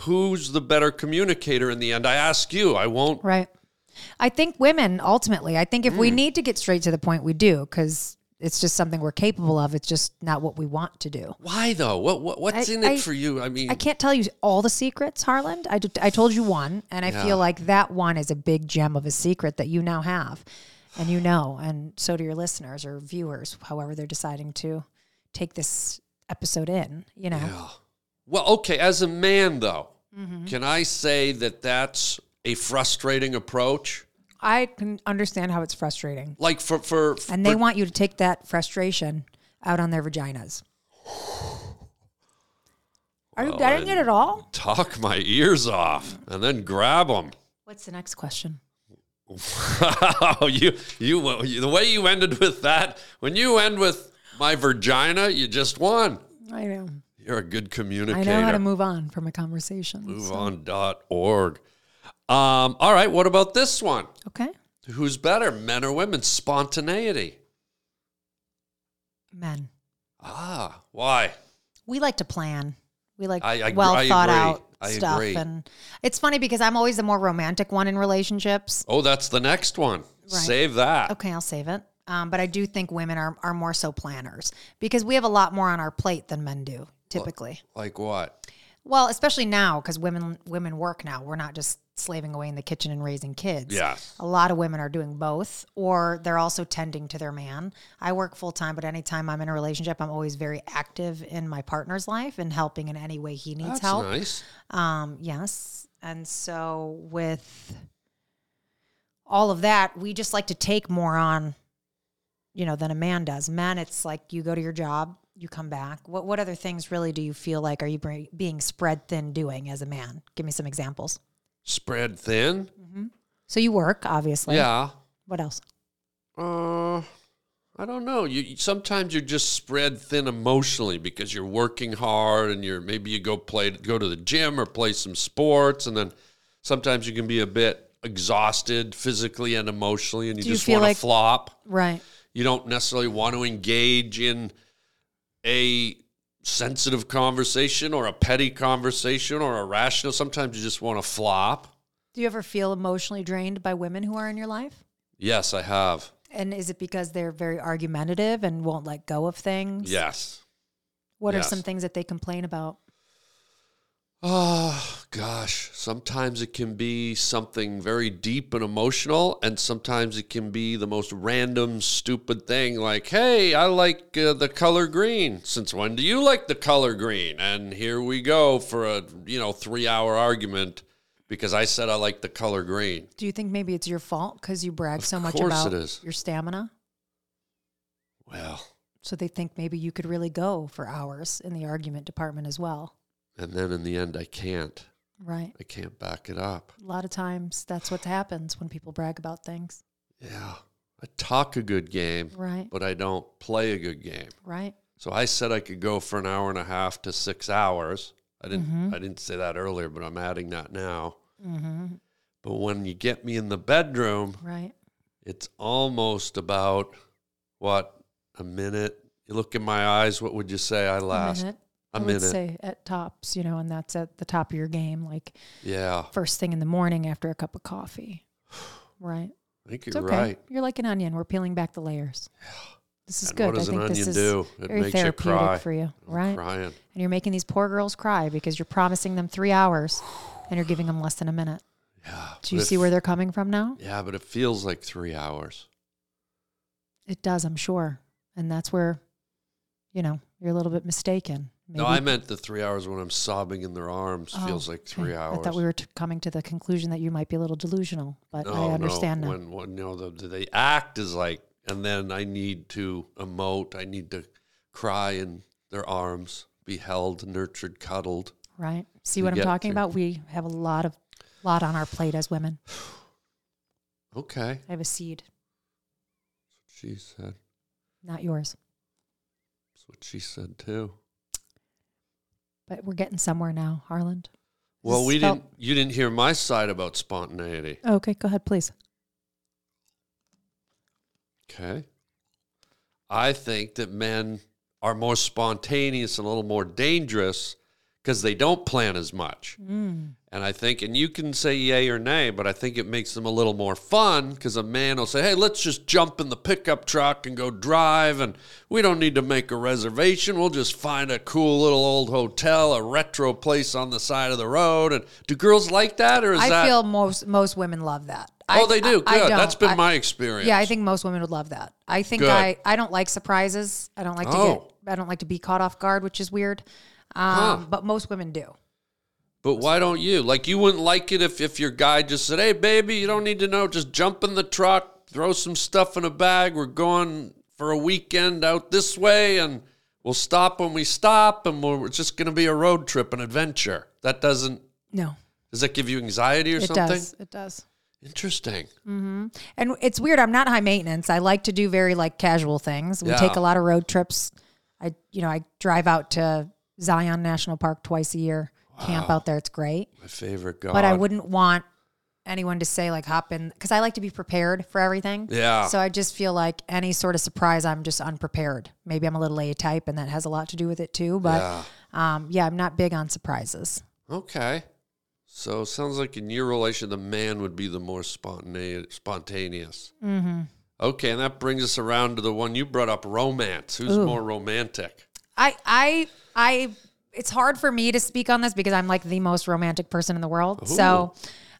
S1: who's the better communicator in the end? I ask you. I won't.
S2: Right. I think women ultimately. I think if we need to get straight to the point, we do because it's just something we're capable of. It's just not what we want to do.
S1: Why though? What, what what's
S2: I-
S1: in it
S2: I-
S1: for you? I mean,
S2: I can't tell you all the secrets, Harland. I, d- I told you one, and I feel like that one is a big gem of a secret that you now have, and you know, and so do your listeners or viewers, however they're deciding to take this episode in. You know,
S1: well, okay. As a man though,
S2: Mm-hmm.
S1: can I say that that's a frustrating approach?
S2: I can understand how it's frustrating,
S1: Like for for,
S2: and they want you to take that frustration out on their vaginas. Are you getting it at all?
S1: talk my ears off and then grab them.
S2: What's the next question?
S1: Wow, Oh, you, you you the way you ended with that. When you end with my vagina, you just won.
S2: I know.
S1: You're a good
S2: I
S1: communicator.
S2: know how to move on from a conversation. so-
S1: MoveOn.org. Um, all right, what about this one?
S2: Okay.
S1: Who's better, men or women? Spontaneity.
S2: Men.
S1: Ah, why?
S2: We like to plan. We like
S1: I, I,
S2: well
S1: I
S2: thought
S1: agree.
S2: out
S1: I
S2: stuff.
S1: agree.
S2: And it's funny because I'm always the more romantic one in relationships.
S1: Oh, that's the next one. Save that.
S2: Okay, I'll save it. Um, but I do think women are, are more so planners because we have a lot more on our plate than men do typically.
S1: Like what?
S2: Well, especially now because women women work now. We're not just slaving away in the kitchen and raising kids.
S1: Yes.
S2: A lot of women are doing both, or they're also tending to their man. I work full time, but anytime I'm in a relationship, I'm always very active in my partner's life and helping in any way he needs
S1: That's
S2: help.
S1: nice.
S2: Um, yes. And so with all of that, we just like to take more on, you know, than a man does. Men, it's like you go to your job, you come back. What what other things really do you feel like are you bring, being spread thin doing as a man? Give me some examples.
S1: Spread thin.
S2: Mm-hmm. So you work, obviously.
S1: Yeah.
S2: What else?
S1: Uh, I don't know. You you- sometimes you're just spread thin emotionally because you're working hard and you're maybe you go play go to the gym or play some sports and then sometimes you can be a bit exhausted physically and emotionally and you
S2: Do you
S1: just
S2: feel
S1: want to
S2: like-
S1: flop.
S2: Right.
S1: You don't necessarily want to engage in a sensitive conversation or a petty conversation or a rational. Sometimes you just want to flop.
S2: Do you ever feel emotionally drained by women who are in your life?
S1: Yes, I have.
S2: And is it because they're very argumentative and won't let go of things?
S1: Yes.
S2: What
S1: yes.
S2: are some things that they complain about?
S1: Oh, gosh. Sometimes it can be something very deep and emotional, and sometimes it can be the most random, stupid thing like, hey, I like uh, the color green. Since when do you like the color green? And here we go for a, you know, three hour argument because I said I like the color green.
S2: Do you think maybe it's your fault because you brag
S1: Of
S2: so much
S1: course it
S2: about
S1: is.
S2: your stamina?
S1: Well,
S2: So they think maybe you could really go for hours in the argument department as well,
S1: and then in the end, I can't.
S2: right?
S1: I can't back it up.
S2: A lot of times that's what happens when people brag about things,
S1: Yeah. I talk a good game,
S2: right?
S1: but I don't play a good game.
S2: Right?
S1: So I said I could go for an hour and a half to six hours. I didn't I didn't say that earlier, but I'm adding that now.
S2: Mm-hmm.
S1: But when you get me in the bedroom,
S2: Right?
S1: it's almost about what a minute. You look in my eyes. What would you say I last?
S2: A minute.
S1: A
S2: I would
S1: minute.
S2: say at tops, you know, and that's at the top of your game, like
S1: Yeah,
S2: first thing in the morning after a cup of coffee, right?
S1: I think
S2: It's
S1: you're
S2: okay.
S1: right.
S2: You're like an onion. We're peeling back the layers. This is
S1: and
S2: good.
S1: what does
S2: I think
S1: an
S2: this
S1: onion
S2: is
S1: do? It
S2: very
S1: makes you
S2: therapeutic
S1: cry.
S2: for you,
S1: I'm
S2: right?
S1: Crying.
S2: and you're making these poor girls cry because you're promising them three hours and you're giving them less than a minute.
S1: Yeah.
S2: Do you
S1: but it
S2: see where
S1: f-
S2: they're coming from now?
S1: Yeah, but it feels like three hours.
S2: It does, I'm sure. And that's where, you know, you're a little bit mistaken.
S1: No, I meant the three hours when I'm sobbing in their arms
S2: Oh,
S1: feels like
S2: okay.
S1: three hours.
S2: I thought we were t- coming to the conclusion that you might be a little delusional, but I understand
S1: Oh, no.
S2: now.
S1: When, when you know the, they act is like, and then I need to emote. I need to cry in their arms, be held, nurtured, cuddled.
S2: right? See
S1: You
S2: what I'm
S1: get
S2: talking
S1: to.
S2: about? We have a lot of lot on our plate as women.
S1: Okay,
S2: I have a seed,
S1: she said.
S2: not yours,
S1: That's what she said too.
S2: but we're getting somewhere now, Harland.
S1: Well,
S2: This
S1: we
S2: felt- Oh,
S1: didn't. You didn't hear my side about spontaneity.
S2: Okay, go ahead, please.
S1: Okay. I think that men are more spontaneous and a little more dangerous because they don't plan as much.
S2: Mm.
S1: And I think, and you can say yay or nay, but I think it makes them a little more fun because a man will say, hey, let's just jump in the pickup truck and go drive. And we don't need to make a reservation. We'll just find a cool little old hotel, a retro place on the side of the road. And do girls like that? Or is
S2: I
S1: that.
S2: feel most most women love that.
S1: oh,
S2: I,
S1: they do. Good.
S2: I- I don't.
S1: That's been
S2: I-
S1: my experience.
S2: Yeah, I think most women would love that. I think
S1: Good.
S2: I I don't like surprises. I don't like
S1: Oh.
S2: to get I don't like to be caught off guard, which is weird. Um,
S1: Huh.
S2: But most women do.
S1: But why don't you? Like, you wouldn't like it if, if your guy just said, hey, baby, you don't need to know. Just jump in the truck, throw some stuff in a bag. We're going for a weekend out this way, and we'll stop when we stop, and we're, it's just going to be a road trip, an adventure. That doesn't,
S2: No,
S1: does that give you anxiety or
S2: it
S1: something?
S2: does. It does.
S1: Interesting.
S2: And it's weird. I'm not high maintenance. I like to do very like casual things. We
S1: Yeah.
S2: take a lot of road trips. I you know I drive out to Zion National Park twice a year. Camp out there. It's great.
S1: My favorite guy.
S2: but I wouldn't want anyone to say like hop in because I like to be prepared for everything.
S1: Yeah.
S2: So I just feel like any sort of surprise, I'm just unprepared. Maybe I'm a little A type, and that has a lot to do with it too. But
S1: Yeah.
S2: um, yeah, I'm not big on surprises.
S1: Okay. So it sounds like in your relation, the man would be the more spontaneous. Spontaneous. Mm-hmm. Okay, and that brings us around to the one you brought up: romance. Who's more romantic?
S2: I I I it's hard for me to speak on this because I'm like the most romantic person in the world. So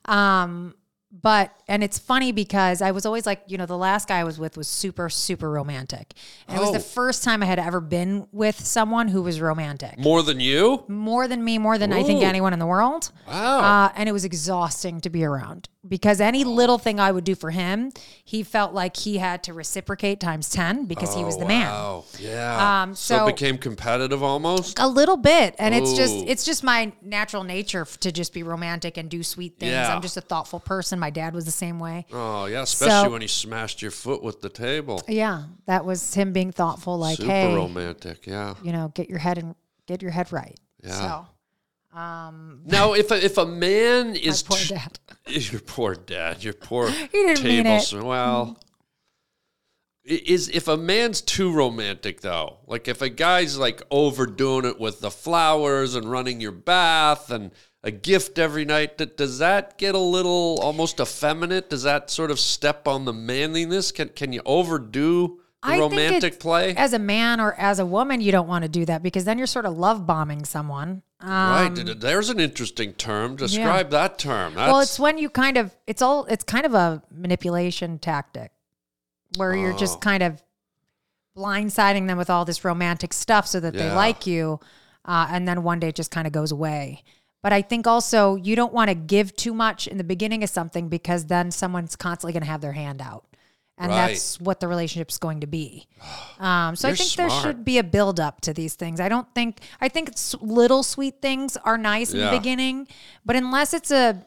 S2: um but and it's funny because I was always like, you know, the last guy I was with was super super romantic. And it was
S1: Oh.
S2: the first time I had ever been with someone who was romantic.
S1: More than you?
S2: More than me, more than I think
S1: Ooh.
S2: anyone in the world.
S1: Wow.
S2: Uh, and it was exhausting to be around because any little thing I would do for him, he felt like he had to reciprocate times 10 because he was the man.
S1: Wow. Yeah.
S2: Um,
S1: so,
S2: so-
S1: it became competitive almost.
S2: A little bit, and it's just
S1: Ooh.
S2: it's just my natural nature f- to just be romantic and do sweet things.
S1: Yeah.
S2: I'm just a thoughtful person. My dad was the same way.
S1: Oh yeah, especially
S2: So-
S1: when he smashed your foot with the table.
S2: Yeah, that was him being thoughtful. Like,
S1: Super
S2: hey,
S1: romantic. Yeah.
S2: you know, get your head and get your head right.
S1: Yeah.
S2: So
S1: Now, if a, if a man
S2: my
S1: is
S2: poor
S1: tr-
S2: dad.
S1: Your poor dad. Your poor he
S2: didn't mean it.
S1: Well, i- is if a man's too romantic though, like if a guy's like overdoing it with the flowers and running your bath and a gift every night, that does that get a little almost effeminate? Does that sort of step on the manliness? Can can you overdo the
S2: I think
S1: romantic
S2: it's- uh,
S1: play?
S2: as a man or as a woman, you don't want to do that because then you're sort of love bombing someone. Um,
S1: right. th- There's an interesting term. Describe that term. That's,
S2: Well, it's when you kind of it's all it's kind of a manipulation tactic where you're
S1: Oh.
S2: just kind of blindsiding them with all this romantic stuff so that
S1: Yeah.
S2: they like you, uh, and then one day it just kind of goes away. But I think also you don't want to give too much in the beginning of something because then someone's constantly going to have their hand out. And
S1: Right.
S2: that's what the relationship's going to be. Um, so I
S1: You're
S2: think there
S1: smart.
S2: should be a build up to these things. I don't think I think s- little sweet things are nice in
S1: Yeah.
S2: the beginning, but unless it's a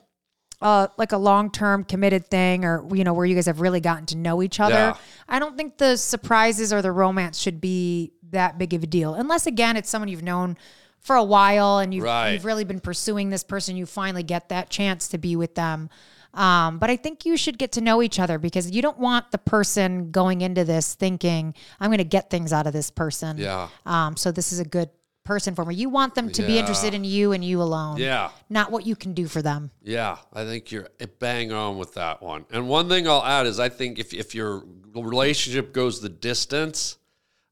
S2: uh, like a long term committed thing or you know where you guys have really gotten to know each other
S1: Yeah.
S2: i don't think the surprises or the romance should be that big of a deal unless again it's someone you've known for a while and you've,
S1: Right.
S2: you've really been pursuing this person you finally get that chance to be with them um, but i think you should get to know each other because you don't want the person going into this thinking i'm going to get things out of this person
S1: Yeah.
S2: um, so this is a good person for me you want them to be
S1: Yeah.
S2: interested in you and you alone
S1: yeah.
S2: not what you can do for them
S1: Yeah, I think you're eh, bang on with that one. And one thing I'll add is I think if, if your relationship goes the distance,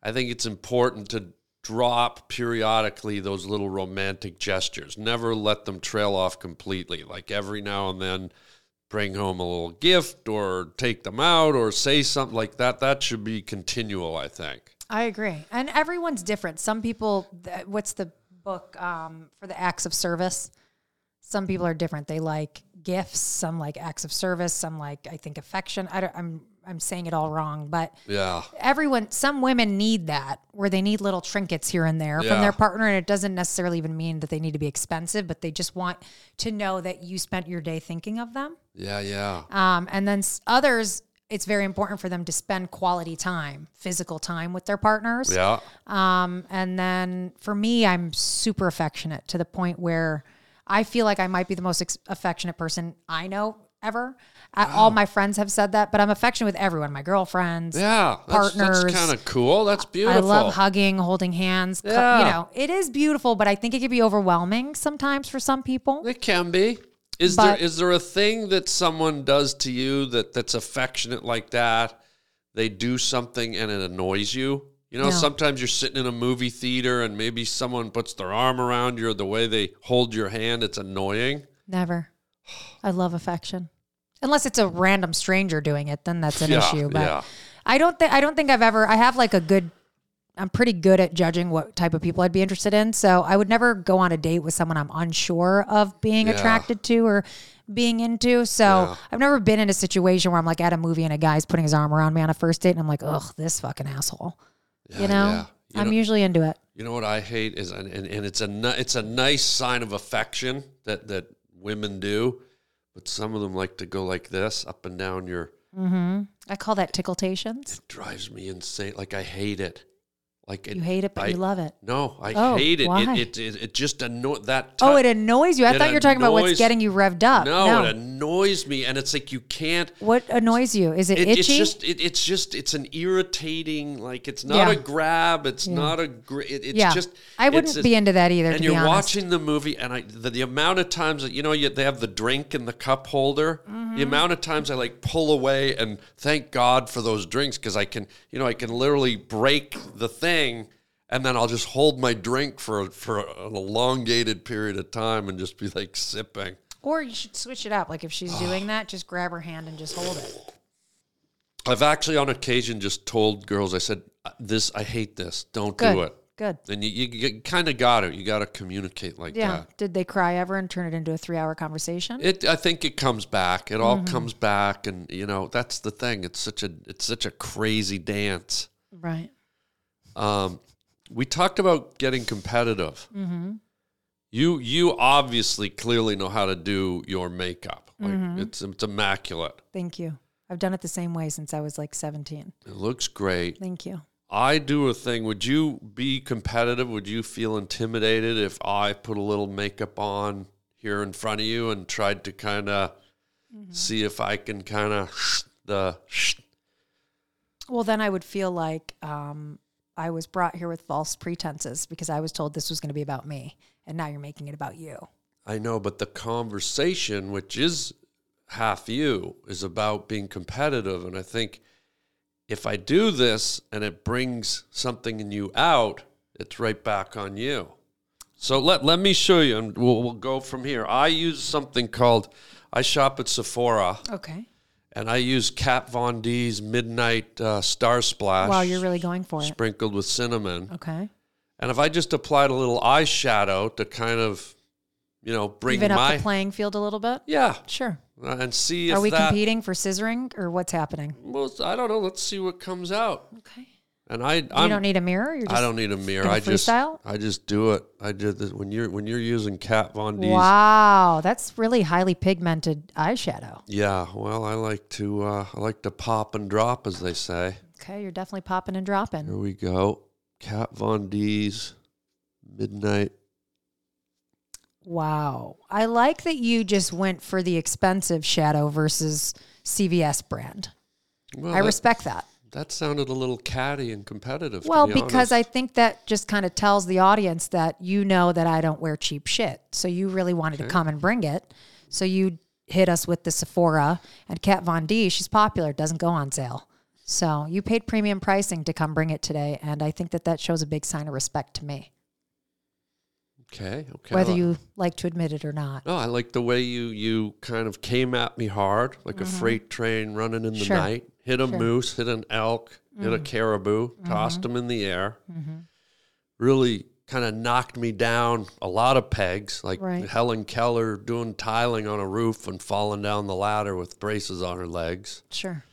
S1: I think it's important to drop periodically those little romantic gestures. Never let them trail off completely. Like every now and then, bring home a little gift or take them out or say something like that. That should be continual, I think.
S2: I agree. And everyone's different. Some people, th- what's the book um, for the acts of service? Some people are different. They like gifts. Some like acts of service. Some like, I think, affection. I don't, I'm I'm saying it all wrong, but
S1: Yeah.
S2: everyone. Some women need that, where they need little trinkets here and there
S1: Yeah.
S2: from their partner, and it doesn't necessarily even mean that they need to be expensive, but they just want to know that you spent your day thinking of them.
S1: Yeah, yeah.
S2: Um, and then s- others, it's very important for them to spend quality time, physical time with their partners.
S1: Yeah.
S2: Um, and then for me, I'm super affectionate to the point where I feel like I might be the most ex- affectionate person I know ever. I, All my friends have said that, but I'm affectionate with everyone my girlfriends.
S1: Yeah. That's, that's
S2: Partners.
S1: kind of cool. That's beautiful.
S2: I love hugging, holding hands. cu-
S1: Yeah.
S2: You know, it is beautiful, but I think it can be overwhelming sometimes for some people.
S1: It can be. Is
S2: But-
S1: there is there a thing that someone does to you that that's affectionate like that? They do something and it annoys you. You know,
S2: No.
S1: sometimes you're sitting in a movie theater and maybe someone puts their arm around you or the way they hold your hand, it's annoying.
S2: Never. I love affection. Unless it's a random stranger doing it, then that's an
S1: Yeah,
S2: issue. But
S1: yeah.
S2: I don't think I don't think I've ever I have like a good I'm pretty good at judging what type of people I'd be interested in. So I would never go on a date with someone I'm unsure of being
S1: Yeah.
S2: attracted to or being into. So I've never been in a situation where I'm like at a movie and a guy's putting his arm around me on a first date and I'm like, ugh, this fucking asshole. you know?
S1: Uh, yeah. You
S2: I'm
S1: know-
S2: usually into it.
S1: You know what I hate is and, and, and it's a ni- it's a nice sign of affection that that women do, but some of them like to go like this up and down your
S2: I call that tickletations.
S1: drives me insane. Like I hate it. Like it,
S2: You hate it, but
S1: I-
S2: you love it.
S1: No, I
S2: Oh,
S1: hate it.
S2: why?
S1: It, it, it. it just annoy that.
S2: Oh,
S1: ti-
S2: it annoys you. I
S1: it
S2: thought you were talking about what's
S1: annoys-
S2: getting you revved up.
S1: No,
S2: No.
S1: it annoys me, and it's like you can't.
S2: what annoys you? Is it,
S1: It,
S2: itchy?
S1: it's just it, it's just it's an irritating like it's not
S2: Yeah.
S1: a grab it's not a gr- it, it's
S2: yeah.
S1: just
S2: I wouldn't
S1: it's a-
S2: be into that either.
S1: and
S2: to
S1: you're
S2: be honest.
S1: watching the movie and I the, the amount of times that you know you, they have the drink in the cup holder
S2: Mm-hmm.
S1: the amount of times I like pull away and thank God for those drinks because I can you know I can literally break the thing and then I'll just hold my drink for for an elongated period of time and just be like sipping
S2: Or you should switch it up. Like if she's doing that, just grab her hand and just hold it.
S1: I've actually on occasion just told girls, I said, "Uh, "This, I hate this. Don't
S2: Good.
S1: do it."
S2: Good.
S1: And you, you, kind of got it. You got to communicate like
S2: Yeah.
S1: that.
S2: Did they cry ever and turn it into a three hour conversation?
S1: It, I think it comes back. It all comes back, and you know that's the thing. It's such a, it's such a crazy dance.
S2: right.
S1: Um, we talked about getting competitive. You, you obviously clearly know how to do your makeup. Like it's, it's immaculate.
S2: Thank you. I've done it the same way since I was like 17.
S1: It looks great.
S2: Thank you.
S1: I do a thing. Would you be competitive? Would you feel intimidated if I put a little makeup on here in front of you and tried to kind of see if I can kind of the
S2: Well, then I would feel like um, I was brought here with false pretenses because I was told this was going to be about me. And now you're making it about you.
S1: I know, but the conversation, which is half you, is about being competitive. And I think if I do this and it brings something in you out, it's right back on you. So let, let me show you, and we'll, we'll go from here. I use something called, I shop at Sephora,
S2: Okay.
S1: and I use Kat Von D's Midnight uh, Star Splash.
S2: Wow, you're really going for it.
S1: sprinkled with cinnamon.
S2: Okay.
S1: And if I just applied a little eyeshadow to kind of, you know, bring
S2: Even
S1: my
S2: up the playing field a little bit?
S1: yeah,
S2: Sure.
S1: uh, and see if
S2: Are we
S1: that,
S2: competing for scissoring or what's happening?
S1: Well, I don't know. Let's see what comes out.
S2: Okay.
S1: And I, I'm,
S2: you don't need a mirror? You're just,
S1: I don't need a mirror.
S2: gonna
S1: I just,
S2: freestyle?
S1: I just do it. I did this when you're when you're using Kat Von D's.
S2: Wow, that's really highly pigmented eyeshadow.
S1: Yeah. Well, I like to, uh, I like to pop and drop, as they say.
S2: Okay, you're definitely popping and
S1: Here
S2: dropping.
S1: we go. Kat Von D's Midnight.
S2: Wow. I like that you just went for the expensive shadow versus CVS brand.
S1: Well,
S2: I
S1: Oh, that-
S2: respect that.
S1: That sounded a little catty and competitive. to
S2: Well,
S1: be
S2: because I
S1: honest.
S2: think that just kind of tells the audience that you know that I don't wear cheap shit. So you really wanted to come and bring it. So you hit us with the Sephora and Kat Von D. She's popular, doesn't go on sale. So you paid premium pricing to come bring it today. And I think that that shows a big sign of respect to me,
S1: okay, okay. I
S2: whether
S1: li-
S2: you like to admit it or not.
S1: No, Oh, I like the way you you kind of came at me hard, like a freight train running in the
S2: Mm-hmm. Sure. Mm-hmm.
S1: night. Hit a moose, hit an elk, hit a caribou, tossed him in the air. Really kind of knocked me down a lot of pegs, like
S2: Right.
S1: Helen Keller doing tiling on a roof and falling down the ladder with braces on her legs.
S2: Sure.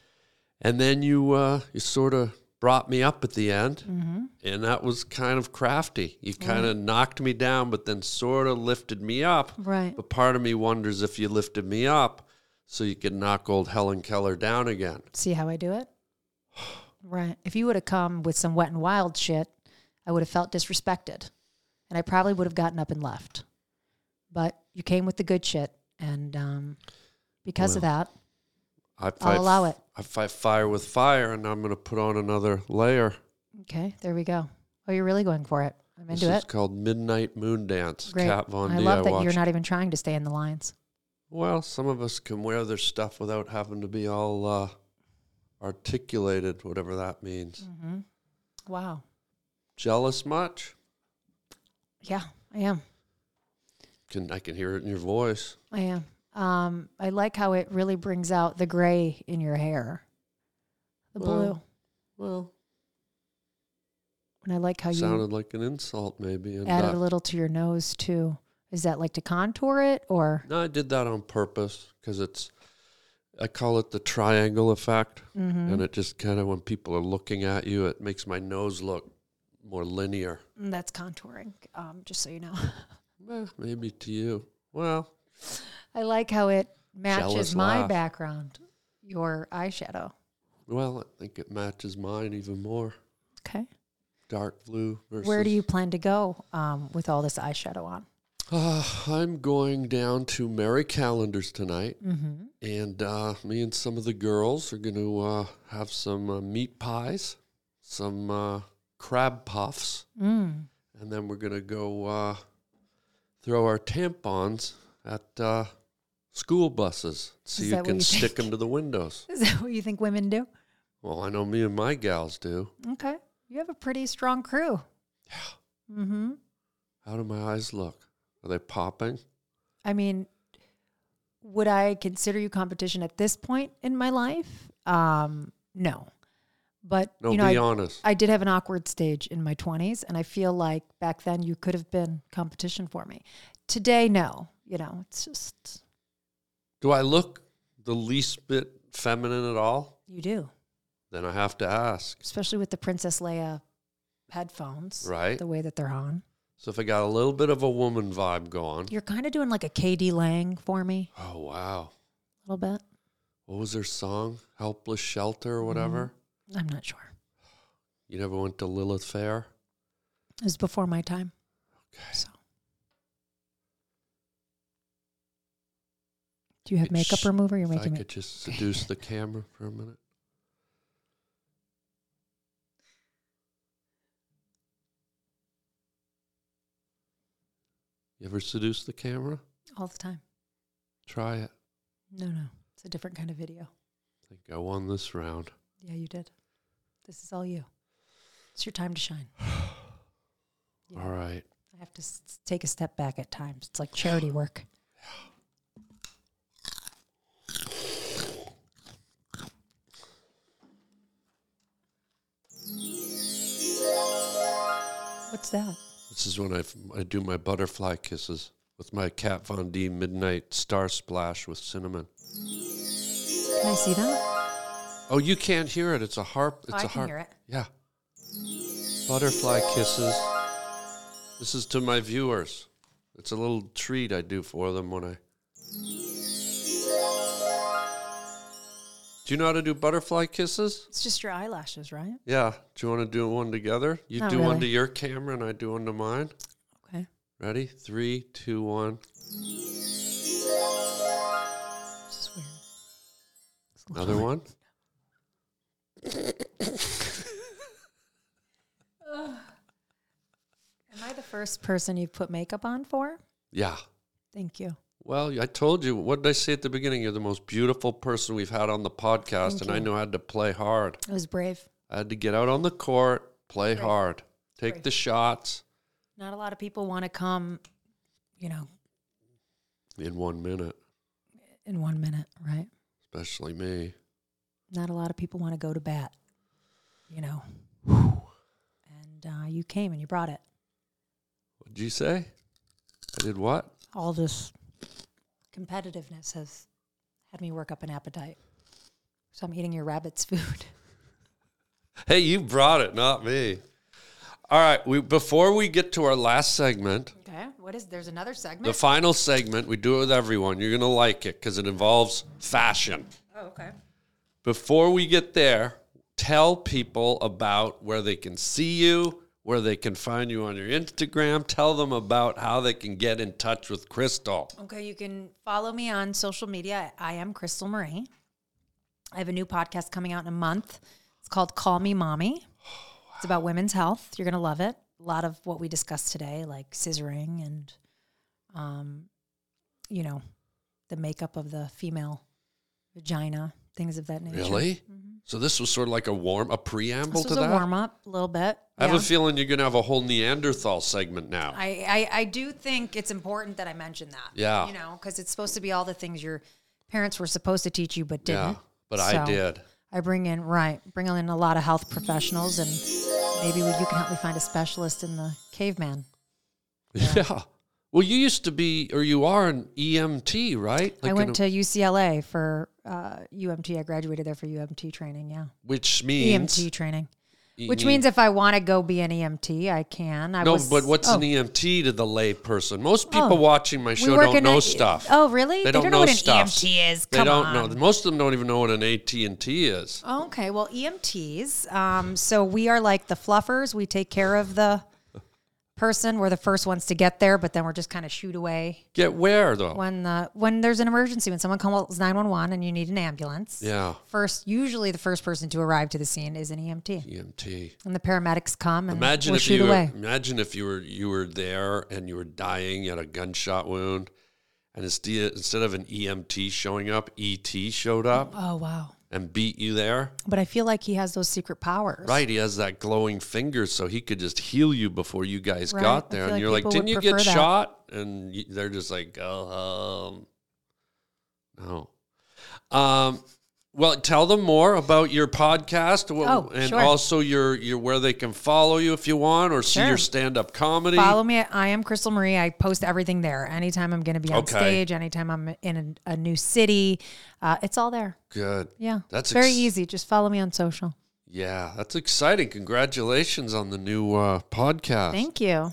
S1: And then you uh, you sort of brought me up at the end,
S2: Mm-hmm.
S1: and that was kind of crafty. You kind of knocked me down, but then sort of lifted me up.
S2: Right.
S1: But part of me wonders if you lifted me up so you could knock old Helen Keller down again.
S2: See how I do it? Right. If you would have come with some wet and wild shit, I would have felt disrespected. And I probably would have gotten up and left. But you came with the good shit. And um, because of that,
S1: I fight,
S2: allow it.
S1: I fight fire with fire, and I'm going to put on another layer.
S2: okay, there we go. Oh, you're really going for it. I'm
S1: This
S2: into
S1: is
S2: it.
S1: called Midnight Moon Dance.
S2: Great.
S1: Kat Von D.
S2: I love that you're
S1: watched.
S2: not even trying to stay in the lines.
S1: Well, some of us can wear their stuff without having to be all uh, articulated, whatever that means.
S2: Mm. Mm-hmm. Wow.
S1: Jealous much?
S2: Yeah, I am.
S1: Can I can hear it in your voice.
S2: I am. Um, I like how it really brings out the gray in your hair, the blue.
S1: Well,
S2: And I like how you
S1: sounded like an insult maybe. And
S2: added
S1: uh,
S2: a little to your nose too. Is that like to contour it or
S1: No, I did that on purpose because it's. I call it the triangle effect,
S2: Mm-hmm.
S1: and it just kind of when people are looking at you, it makes my nose look more linear.
S2: Mm, that's contouring? Um, just so you know,
S1: Eh, maybe to you. Well,
S2: I like how it matches
S1: Jealous
S2: my
S1: laugh.
S2: background, your eyeshadow.
S1: well, I think it matches mine even more.
S2: Okay,
S1: dark blue versus.
S2: Where do you plan to go um, with all this eyeshadow on?
S1: Ah, I'm going down to Mary Callender's tonight,
S2: Mm-hmm.
S1: and uh, me and some of the girls are going to uh, have some uh, meat pies, some uh, crab puffs,
S2: Mm.
S1: and then we're going to go uh, throw our tampons at uh, school buses. See
S2: Is
S1: who
S2: that what
S1: can
S2: you
S1: stick
S2: think?
S1: them to the windows.
S2: Is that what you think women do?
S1: Well, I know me and my gals do.
S2: Okay. You have a pretty strong crew. Yeah. Mm-hmm.
S1: How do my eyes look? Are they popping?
S2: I mean, would I consider you competition at this point in my life? Um, no. But
S1: No,
S2: you know,
S1: be
S2: I,
S1: honest.
S2: I did have an awkward stage in my 20s and I feel like back then you could have been competition for me. Today no, you know, it's just
S1: do I look the least bit feminine at all?
S2: you do,
S1: Then I have to ask.
S2: especially with the Princess Leia headphones.
S1: Right.
S2: The way that they're on.
S1: So if I got a little bit of a woman vibe going,
S2: You're kind of doing like a KD Lang for me
S1: oh wow,
S2: a little bit.
S1: what was their song? Helpless Shelter or whatever.
S2: I'm not sure.
S1: You never went to Lilith Fair.
S2: It was before my time.
S1: Okay.
S2: So. Do you have makeup
S1: Shh.
S2: remover? You're
S1: If I
S2: making
S1: could
S2: me.
S1: just seduce the camera for a minute. You ever seduce the camera?
S2: all the time.
S1: Try it.
S2: No, no, it's a different kind of video.
S1: I think I won this round.
S2: Yeah, you did. This is all you. It's your time to shine. Yeah.
S1: All right.
S2: I have to s- take a step back at times. It's like charity work. What's that?
S1: This is when I, f- I do my butterfly kisses with my Kat Von D Midnight Star Splash with cinnamon.
S2: Can I see that?
S1: Oh, you can't hear it. It's a harp. It's
S2: Oh, I
S1: a
S2: can
S1: harp.
S2: hear it.
S1: Yeah. Butterfly kisses. This is to my viewers. It's a little treat I do for them when I. Do you know how to do butterfly kisses?
S2: It's just your eyelashes, right?
S1: Yeah. Do you want to do one together? You
S2: Not
S1: do one
S2: really.
S1: to your camera and I do one to mine.
S2: Okay.
S1: Ready? Three, two, one.
S2: This is weird. It's a
S1: Another
S2: little-
S1: one.
S2: Am I the first person you've put makeup on for?
S1: Yeah.
S2: Thank you.
S1: Well, I told you. What did I say at the beginning? You're the most beautiful person we've had on the podcast, and I know I had to play hard.
S2: It was brave.
S1: I had to get out on the court, play hard, take the shots
S2: Not a lot of people want to come, you know,
S1: in one minute,
S2: in one minute, right?
S1: especially me.
S2: Not a lot of people want to go to bat, you know. And uh, you came and you brought it.
S1: What'd you say? I did what?
S2: All this competitiveness has had me work up an appetite. So I'm eating your rabbit's food.
S1: Hey, you brought it, not me. All right. We before we get to our last segment,
S2: Okay. What is there's another
S1: the
S2: segment?
S1: final segment, we do it with everyone. You're gonna like it because it involves fashion.
S2: oh, okay.
S1: before we get there, tell people about where they can see you, where they can find you on your Instagram. Tell them about how they can get in touch with Crystal.
S2: Okay, you can follow me on social media. I am Crystal Marie. I have a new podcast coming out in a month. It's called Call Me Mommy. It's about women's health. You're going to love it. A lot of what we discussed today, like scissoring and, um, you know, the makeup of the female vagina, things of that nature.
S1: Really? So this was sort of like a warm, a preamble
S2: Mm-hmm. This
S1: to
S2: was a
S1: that.
S2: warm up a little bit.
S1: I have
S2: Yeah.
S1: a feeling you're gonna have a whole Neanderthal segment now.
S2: I, I, I do think it's important that I mention that.
S1: Yeah.
S2: You know, because it's supposed to be all the things your parents were supposed to teach you but didn't.
S1: yeah, but
S2: So
S1: I did.
S2: I bring in, right, bring in a lot of health professionals and maybe you can help me find a specialist in the caveman.
S1: Yeah. Well, you used to be, or you are an EMT, right?
S2: I
S1: Like
S2: went
S1: an-
S2: to UCLA for uh, UMT. I graduated there for UMT training. Yeah.
S1: which means
S2: EMT training.
S1: E
S2: Which means if I want to go be an EMT, I can. I
S1: No,
S2: was,
S1: but what's
S2: oh,
S1: an EMT to the lay person? Most people
S2: Oh.
S1: watching my
S2: we
S1: show
S2: work
S1: don't
S2: in
S1: know
S2: a-
S1: stuff.
S2: Oh, really?
S1: They,
S2: They
S1: don't,
S2: don't
S1: know,
S2: know what an
S1: stuff.
S2: EMT is.
S1: They
S2: Come
S1: don't know.
S2: on.
S1: Most of them don't even know what an AT and T is.
S2: Oh, okay. Well, EMTs. Um, so we are like the fluffers. We take care of the person. We're the first ones to get there, but then we're just kind of shooed away
S1: Get where though?
S2: when the when there's an emergency when someone calls nine one one and you need an ambulance.
S1: Yeah,
S2: First, usually the first person to arrive to the scene is an EMT,
S1: E EMT.
S2: and the paramedics come and
S1: Imagine
S2: we're
S1: if
S2: shooed
S1: you
S2: away.
S1: imagine if you were you were there and you were dying, you had a gunshot wound, and instead instead of an EMT showing up, ET showed up
S2: Oh wow!
S1: and beat you there.
S2: But I feel like he has those secret powers.
S1: Right, he has that glowing finger, so he could just heal you before you guys
S2: Right,
S1: got
S2: I
S1: there.
S2: feel
S1: And
S2: like
S1: you're like,
S2: people
S1: didn't
S2: would
S1: you get
S2: prefer that.
S1: shot? And you, they're just like, oh, um, no. Um, well, tell them more about your podcast, wh-
S2: Oh,
S1: and
S2: sure.
S1: also your your where they can follow you if you want, or see your
S2: Sure.
S1: stand up comedy.
S2: Follow me. at I am Crystal Marie. I post everything there. Anytime I'm going to be on
S1: Okay.
S2: stage, anytime I'm in a, a new city, uh, it's all there.
S1: Good.
S2: Yeah,
S1: That's
S2: very
S1: ex-
S2: easy. Just follow me on social.
S1: Yeah, that's exciting. Congratulations on the new uh, podcast.
S2: Thank you.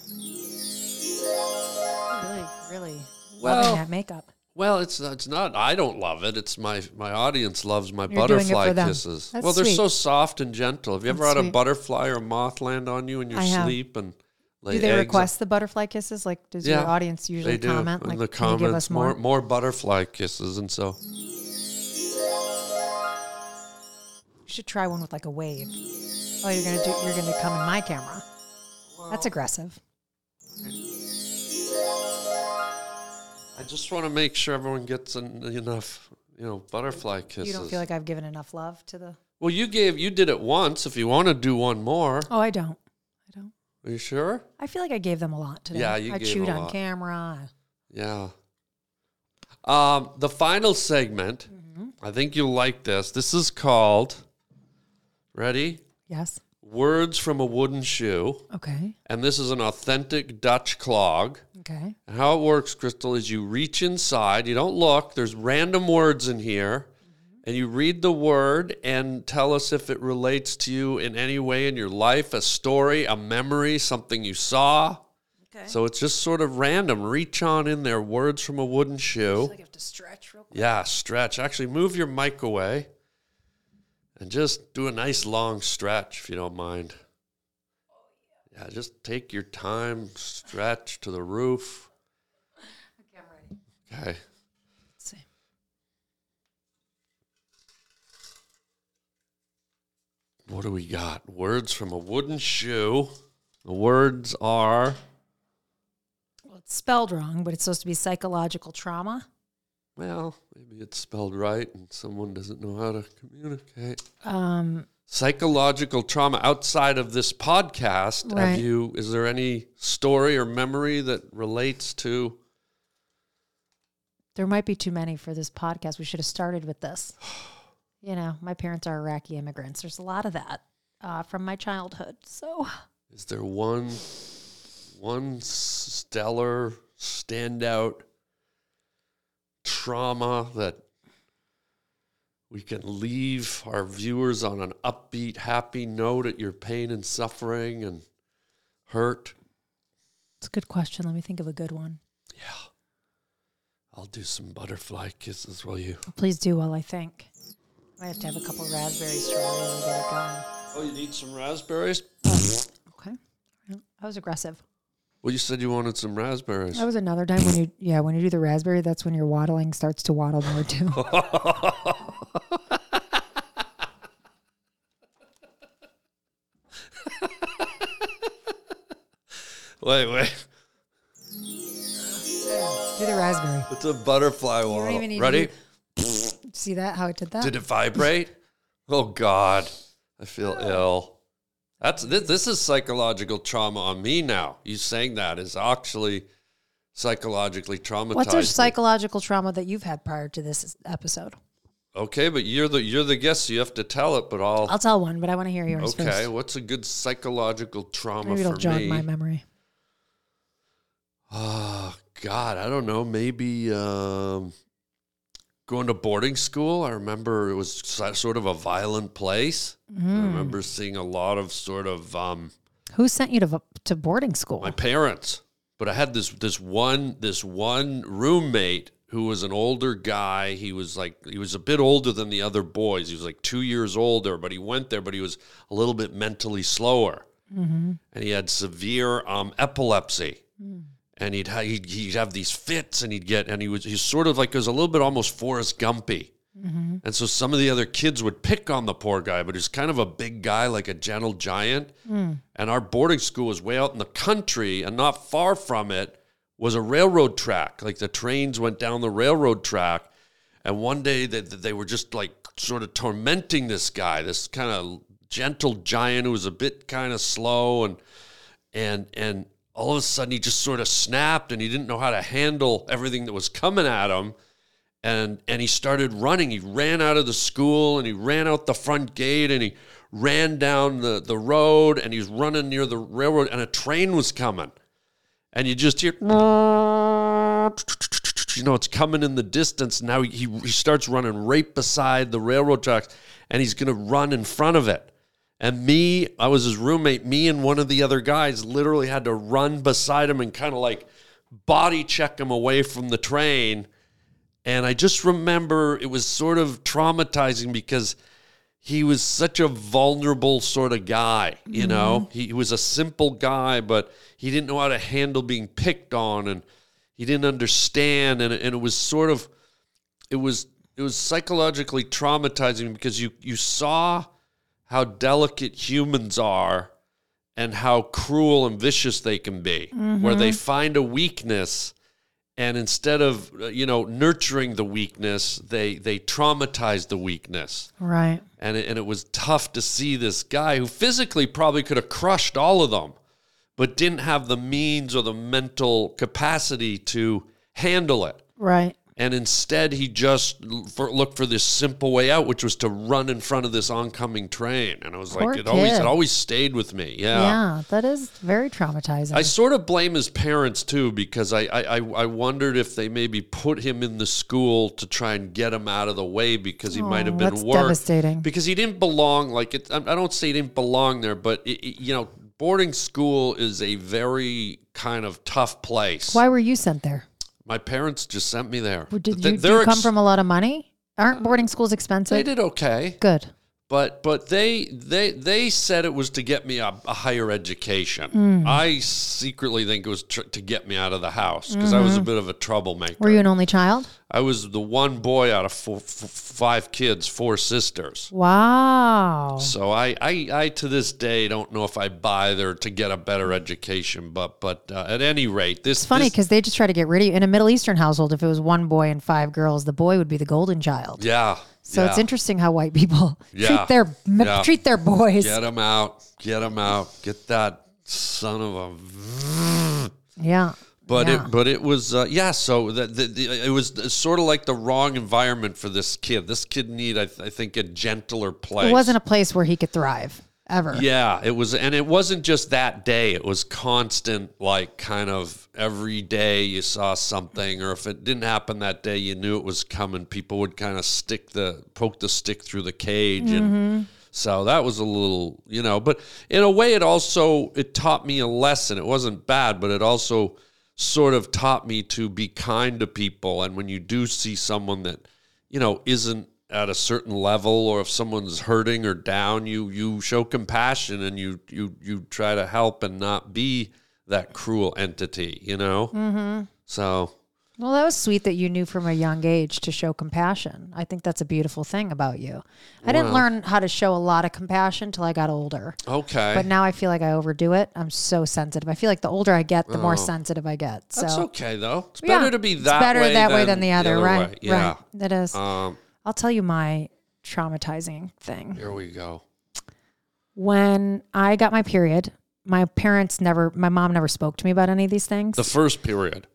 S2: Really, really
S1: Well-
S2: loving that makeup.
S1: Well, it's it's not. I don't love it. It's my my audience loves my
S2: You're doing it
S1: butterfly
S2: for them.
S1: kisses.
S2: That's
S1: well, they're
S2: sweet.
S1: so soft and gentle. Have you ever
S2: That's
S1: had a
S2: sweet.
S1: butterfly or a moth land on you in your
S2: I have.
S1: sleep and lay
S2: Do they
S1: eggs?
S2: request the butterfly kisses? Like, does
S1: Yeah,
S2: your audience usually
S1: they do.
S2: comment?
S1: in
S2: Like,
S1: the
S2: can you
S1: comments,
S2: give us more?
S1: more butterfly kisses, and so
S2: You should try one with like a wave. Oh, you're gonna do. You're gonna come in my camera. That's aggressive.
S1: I just want to make sure everyone gets en- enough, you know, butterfly kisses.
S2: You don't feel like I've given enough love to the.
S1: well, you gave you did it once. If you want to do one more,
S2: Oh, I don't. I don't.
S1: are you sure?
S2: I feel like I gave them a lot today.
S1: Yeah, you
S2: I
S1: gave
S2: chewed
S1: a
S2: on
S1: lot.
S2: camera.
S1: Yeah. Um, the final segment, I think you'll like this. This is called, ready?
S2: Yes.
S1: Words from a Wooden Shoe.
S2: Okay.
S1: And this is an authentic Dutch clog.
S2: Okay.
S1: And how it works, Crystal, is you reach inside, you don't look, there's random words in here, and you read the word and tell us if it relates to you in any way in your life, a story, a memory, something you saw.
S2: Okay.
S1: So it's just sort of random. Reach on in there, words from a wooden shoe.
S2: you have to stretch real quick.
S1: Yeah, stretch. Actually, move your mic away and just do a nice long stretch if you don't mind. Yeah, just take your time, stretch to the roof.
S2: Okay, I'm ready.
S1: Okay.
S2: Let's see.
S1: What do we got? Words from a wooden shoe. The words are
S2: Well, it's spelled wrong, but it's supposed to be psychological trauma.
S1: well, maybe it's spelled right and someone doesn't know how to communicate.
S2: Um,
S1: Psychological trauma outside of this podcast. Have
S2: Right.
S1: you is there any story or memory that relates to
S2: there might be too many for this podcast. We should have started with this. You know, my parents are Iraqi immigrants. There's a lot of that uh, from my childhood. So
S1: Is there one one stellar standout trauma that we can leave our viewers on an upbeat, happy note at your pain and suffering and hurt?
S2: it's a good question. Let me think of a good one.
S1: I'll do some butterfly kisses while you.
S2: Please do while I think. I have to have a couple raspberry strawberries and get it going.
S1: Oh, you need some raspberries?
S2: Okay. Yeah, That was aggressive.
S1: Well, you said you wanted some raspberries.
S2: That was another time when you, yeah, when you do the raspberry, that's when your waddling starts to waddle more too.
S1: Wait, wait.
S2: do the raspberry.
S1: It's a butterfly
S2: don't
S1: waddle.
S2: even need to
S1: Ready?
S2: do- See that? How it did that?
S1: Did it vibrate? Oh God, I feel
S2: Oh.
S1: ill. That's this, this is psychological trauma on me now. You saying that is actually psychologically traumatized.
S2: What's our
S1: me.
S2: psychological trauma that you've had prior to this episode?
S1: Okay, but you're the you're the guest, so you have to tell it. But I'll,
S2: I'll tell one, but I want to hear yours
S1: okay.
S2: first.
S1: What's a good psychological trauma
S2: Maybe
S1: for
S2: it'll jog
S1: me?
S2: my memory.
S1: Ah, Oh God, I don't know. Maybe um, going to boarding school, I remember it was so- sort of a violent place. I remember seeing a lot of sort of um,
S2: Who sent you to to boarding school?
S1: my parents. But I had this this one this one roommate who was an older guy. He was like he was a bit older than the other boys. He was like two years older, but he went there, but he was a little bit mentally slower, and he had severe um, epilepsy. And he'd, ha- he'd he'd have these fits, and he'd get and he was he's sort of like he was a little bit almost Forrest Gumpy. And so some of the other kids would pick on the poor guy, but he's kind of a big guy, like a gentle giant. And our boarding school was way out in the country, and not far from it was a railroad track. Like the trains went down the railroad track. And one day they, they were just like sort of tormenting this guy, this kind of gentle giant who was a bit kind of slow and and and all of a sudden he just sort of snapped and he didn't know how to handle everything that was coming at him and and he started running he ran out of the school and he ran out the front gate and he ran down the the road and he's running near the railroad and a train was coming and you just hear you know it's coming in the distance now he, he starts running right beside the railroad tracks and he's going to run in front of it and me i was his roommate me and one of the other guys literally had to run beside him and kind of like body check him away from the train and i just remember it was sort of traumatizing because he was such a vulnerable sort of guy, you know. He, he was a simple guy, but he didn't know how to handle being picked on, and he didn't understand, and, it- and it was sort of, it was it was psychologically traumatizing because you you saw how delicate humans are, and how cruel and vicious they can be, where they find a weakness, and instead of uh, you know nurturing the weakness, they they traumatize the weakness
S2: right.
S1: and it, and it was tough to see this guy who physically probably could have crushed all of them, but didn't have the means or the mental capacity to handle it.
S2: Right.
S1: And instead, he just l- for, looked for this simple way out, which was to run in front of this oncoming train. And I was
S2: Poor
S1: like, it always
S2: kid.
S1: it always stayed with me.
S2: Yeah. that is very traumatizing.
S1: I sort of blame his parents too because I, I, I I wondered if they maybe put him in the school to try and get him out of the way because he might
S2: Oh,
S1: have been
S2: that's
S1: worse.
S2: devastating.
S1: Because he didn't belong. Like it, I I don't say he didn't belong there, but it, it- you know, boarding school is a very kind of tough place.
S2: Why were you sent there?
S1: My parents just sent me there.
S2: Did you,
S1: Th-
S2: do
S1: they're
S2: you come
S1: ex- Uh,
S2: from a lot of money? Aren't boarding schools
S1: They
S2: expensive?
S1: did okay,
S2: Good.
S1: but but they they they said it was to get me a, a higher education.
S2: Mm.
S1: I secretly think it was tr- to get me out of the house because I was a bit of a troublemaker.
S2: Mm-hmm. Were you an only child?
S1: I was the one boy out of four, f- five kids, four sisters.
S2: Wow.
S1: So I, I, I to this day don't know if I buy there to get a better education, but but uh, at any rate, this
S2: It's funny
S1: this-
S2: because they just try to get rid of you. In a Middle Eastern household, if it was one boy and five girls, the boy would be the golden child.
S1: yeah,
S2: So
S1: yeah.
S2: it's interesting how white people
S1: Yeah.
S2: treat their m
S1: Yeah.
S2: treat their boys.
S1: Get him out, get him out, get that son of a.
S2: Yeah.
S1: But
S2: Yeah.
S1: it but it was uh, yeah. So that the, the, it was sort of like the wrong environment for this kid. This kid need I, th- I think a gentler place.
S2: It wasn't a place where he could thrive ever.
S1: Yeah, it was, and it wasn't just that day. It was constant, like kind of every day you saw something, or if it didn't happen that day, you knew it was coming. People would kind of stick the poke the stick through the cage,
S2: Mm-hmm.
S1: and so that was a little, you know. But in a way, it also it taught me a lesson. It wasn't bad, but it also sort of taught me to be kind to people. And when you do see someone that you know isn't at a certain level or if someone's hurting or down you you show compassion and you you you try to help and not be that cruel entity you know mm-hmm. so
S2: Well, that was sweet that you knew from a young age to show compassion. I think that's a beautiful thing about you. I didn't learn how to show a lot of compassion till I got older.
S1: okay
S2: But now I feel like I overdo it. I'm so sensitive. I feel like the older I get, the more sensitive I get. So
S1: that's okay though it's
S2: Yeah.
S1: better to be
S2: It's
S1: that
S2: better
S1: way
S2: that way
S1: than
S2: than the other, right?
S1: way. yeah
S2: Right. It is.
S1: um
S2: I'll tell you my traumatizing thing.
S1: here we go
S2: When I got my period, my parents never my mom never spoke to me about any of these things.
S1: the first period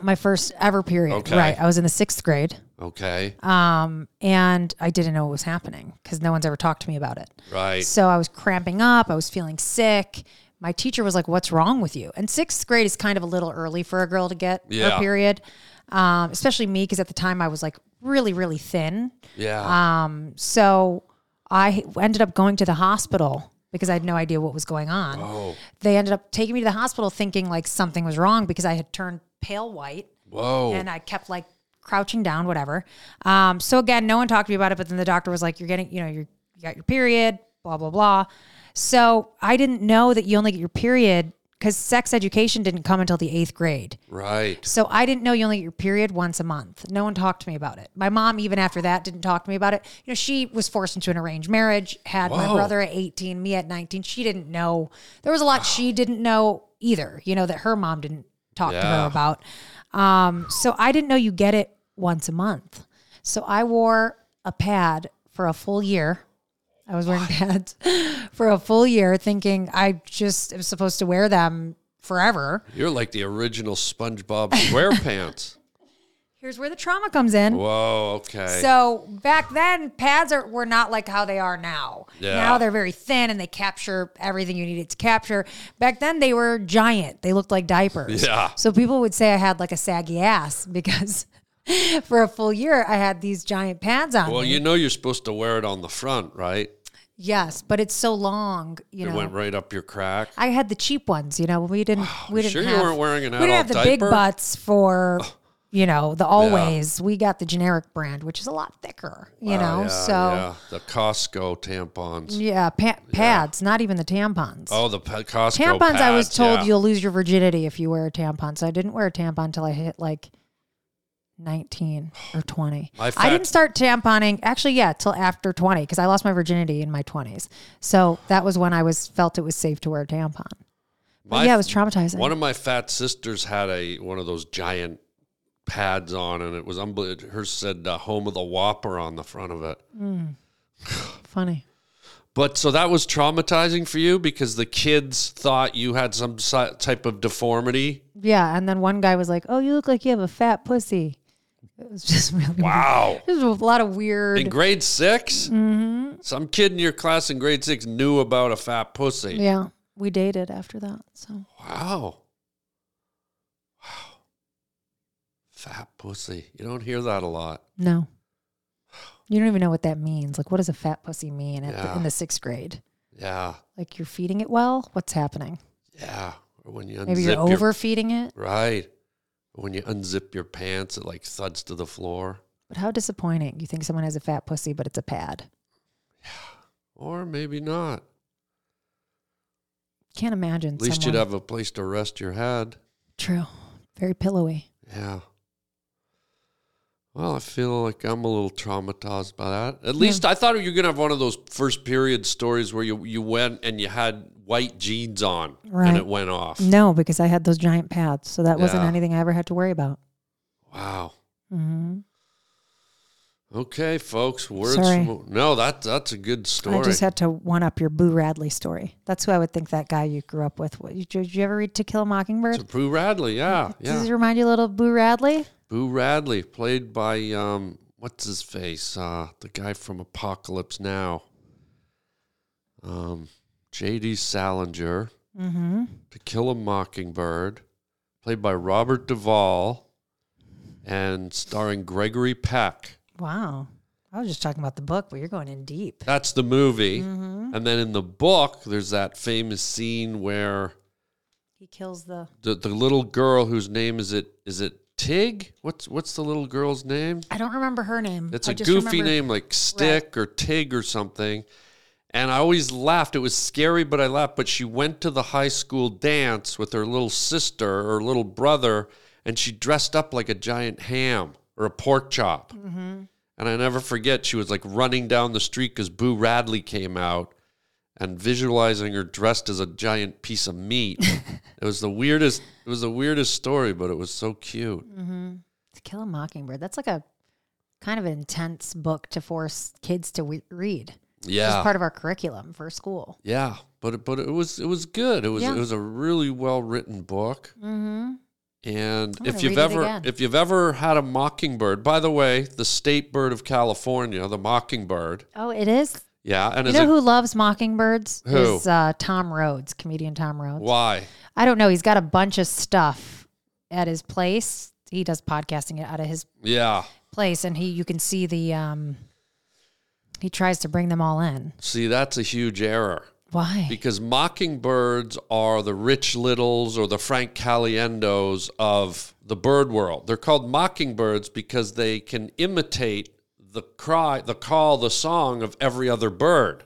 S2: my first ever period.
S1: Okay.
S2: Right. I was in the sixth grade.
S1: okay
S2: Um, and I didn't know what was happening because no one's ever talked to me about it.
S1: right
S2: So I was cramping up. I was feeling sick. My teacher was like, "What's wrong with you?" And sixth grade is kind of a little early for a girl to get
S1: Yeah.
S2: her period, um, especially me because at the time I was like really, really thin.
S1: Yeah.
S2: Um, so I ended up going to the hospital because I had no idea what was going on.
S1: oh.
S2: They ended up taking me to the hospital thinking like something was wrong because I had turned pale white
S1: Whoa.
S2: and I kept like crouching down, whatever. Um, so again, no one talked to me about it, but then the doctor was like, "You're getting, you know, you're, you got your period, blah blah blah." So I didn't know that you only get your period because sex education didn't come until the eighth grade.
S1: right.
S2: So I didn't know you only get your period once a month. No one talked to me about it. My mom, even after that, didn't talk to me about it. You know, she was forced into an arranged marriage, had my
S1: Whoa.
S2: brother at 18, me at 19. She didn't know. There was a lot she didn't know either, you know, that her mom didn't talk to
S1: Yeah.
S2: her about. Um, so I didn't know you get it once a month. So I wore a pad for a full year. I was wearing pads for a full year thinking I just am supposed to wear them forever.
S1: You're like the original SpongeBob SquarePants.
S2: Here's where the trauma comes in.
S1: Whoa. Okay.
S2: So back then, pads are, were not like how they are now.
S1: Yeah.
S2: Now they're very thin and they capture everything you need it to capture. Back then, they were giant. They looked like diapers.
S1: Yeah.
S2: So people would say I had like a saggy ass because for a full year I had these giant pads on.
S1: well,
S2: me.
S1: you know you're supposed to wear it on the front, right?
S2: yes, but it's so long. You
S1: It
S2: know.
S1: went right up your crack.
S2: I had the cheap ones, you know. We didn't. we didn't
S1: sure you
S2: have,
S1: weren't wearing an
S2: We didn't have the
S1: adult
S2: big
S1: diaper?
S2: butts for, you know, the always. We got the generic brand, which is a lot thicker, you know.
S1: Yeah,
S2: so Mm,
S1: yeah. the Costco tampons.
S2: Yeah, pa- pads, not even the tampons.
S1: Oh, the pa- Costco
S2: tampons, I was
S1: pads,
S2: told
S1: yeah.
S2: you'll lose your virginity if you wear a tampon. So I didn't wear a tampon until I hit like 19 or 20.
S1: My
S2: I
S1: fact-
S2: didn't start tamponing, actually, yeah, till after 20 because I lost my virginity in my 20s. So that was when I was felt it was safe to wear a tampon. But
S1: My
S2: yeah, it was traumatizing.
S1: One of my fat sisters had a one of those giant pads on, and it was unbelievable. Hers said uh, "Home of the Whopper" on the front of it.
S2: Funny.
S1: But so that was traumatizing for you because the kids thought you had some si- type of deformity.
S2: Yeah, and then one guy was like, oh, you look like you have a fat pussy. It was just really
S1: Wow.
S2: It was a lot of weird.
S1: In grade 6 mm-hmm. some kid in your class in grade six knew about a fat pussy.
S2: yeah, we dated after that. So.
S1: Wow. Wow. Fat pussy. You don't hear that a lot.
S2: No. You don't even know what that means. Like, what does a fat pussy mean at the,
S1: Yeah.
S2: in the sixth grade?
S1: Yeah.
S2: Like, you're feeding it well? What's happening?
S1: Yeah. Or when you unzip
S2: Maybe you're
S1: your-
S2: overfeeding it?
S1: right. When you unzip your pants, it like thuds to the floor.
S2: But how disappointing. You think someone has a fat pussy, but it's a pad.
S1: Or maybe not.
S2: Can't imagine.
S1: At least
S2: someone.
S1: you'd have a place to rest your head.
S2: True. Very pillowy.
S1: Yeah. Well, I feel like I'm a little traumatized by that. At least I thought you were gonna have one of those first period stories where you you went and you had white jeans on
S2: Right.
S1: and it went off.
S2: No, because I had those giant pads. So that wasn't
S1: Yeah.
S2: anything I ever had to worry about.
S1: Wow.
S2: hmm
S1: Okay, folks. Words.
S2: Sorry.
S1: From, no, that that's a good story.
S2: I just had to one up your Boo Radley story. That's who I would think that guy you grew up with. What, you, did you ever read To Kill a Mockingbird?
S1: to Boo Radley, yeah,
S2: Does
S1: yeah.
S2: it remind you a little of Boo Radley?
S1: Boo Radley, played by um, what's his face? Uh, the guy from Apocalypse Now. Um, J.D. Salinger.
S2: Mm-hmm.
S1: To Kill a Mockingbird, played by Robert Duvall, and starring Gregory Peck.
S2: Wow. I was just talking about the book, but you're going in deep.
S1: That's the movie. And then in the book, there's that famous scene where
S2: He kills the
S1: the, the little girl whose name is it is it Tig? What's what's the little girl's name?
S2: I don't remember her name.
S1: It's
S2: a
S1: a goofy name like Stick or Tig or something. And I always laughed. It was scary, but I laughed. But she went to the high school dance with her little sister or little brother, and she dressed up like a giant ham or a pork chop. And I never forget, she was like running down the street because Boo Radley came out and visualizing her dressed as a giant piece of meat. it was the weirdest. It was the weirdest story, but it was so cute.
S2: To Kill a Mockingbird. That's like a kind of an intense book to force kids to we- read. It's
S1: Yeah.
S2: part of our curriculum for school.
S1: Yeah, but it- but it was it was good. It was
S2: Yeah.
S1: it was a really well written book.
S2: Mm-hmm.
S1: And
S2: I'm
S1: if
S2: gonna
S1: you've
S2: read it
S1: ever
S2: again.
S1: if you've ever had a mockingbird, by the way, the state bird of California, the mockingbird.
S2: Oh, it is.
S1: Yeah, and
S2: You
S1: is
S2: know
S1: it,
S2: who loves mockingbirds?
S1: Who?
S2: Is uh, Tom Rhodes, comedian Tom Rhodes.
S1: why?
S2: I don't know. He's got a bunch of stuff at his place. He does podcasting out of his
S1: Yeah,
S2: place, and he you can see the um, he tries to bring them all in.
S1: See, that's a huge error
S2: Why?
S1: because mockingbirds are the rich littles or the Frank Caliendos of the bird world. They're called mockingbirds because they can imitate the cry, the call, the song of every other bird.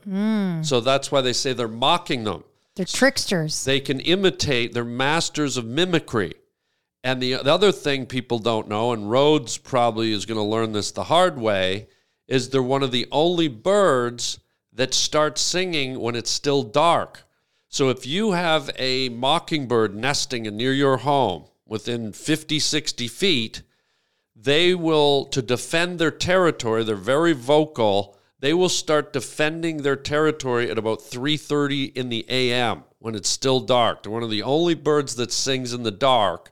S1: So that's why they say they're mocking them.
S2: They're tricksters.
S1: They can imitate, they're masters of mimicry. And the, the other thing people don't know, and Rhodes probably is going to learn this the hard way, is they're one of the only birds that starts singing when it's still dark. So if you have a mockingbird nesting near your home within 50, 60 feet, they will to defend their territory they're very vocal they will start defending their territory at about 3.30 in the am when it's still dark they're one of the only birds that sings in the dark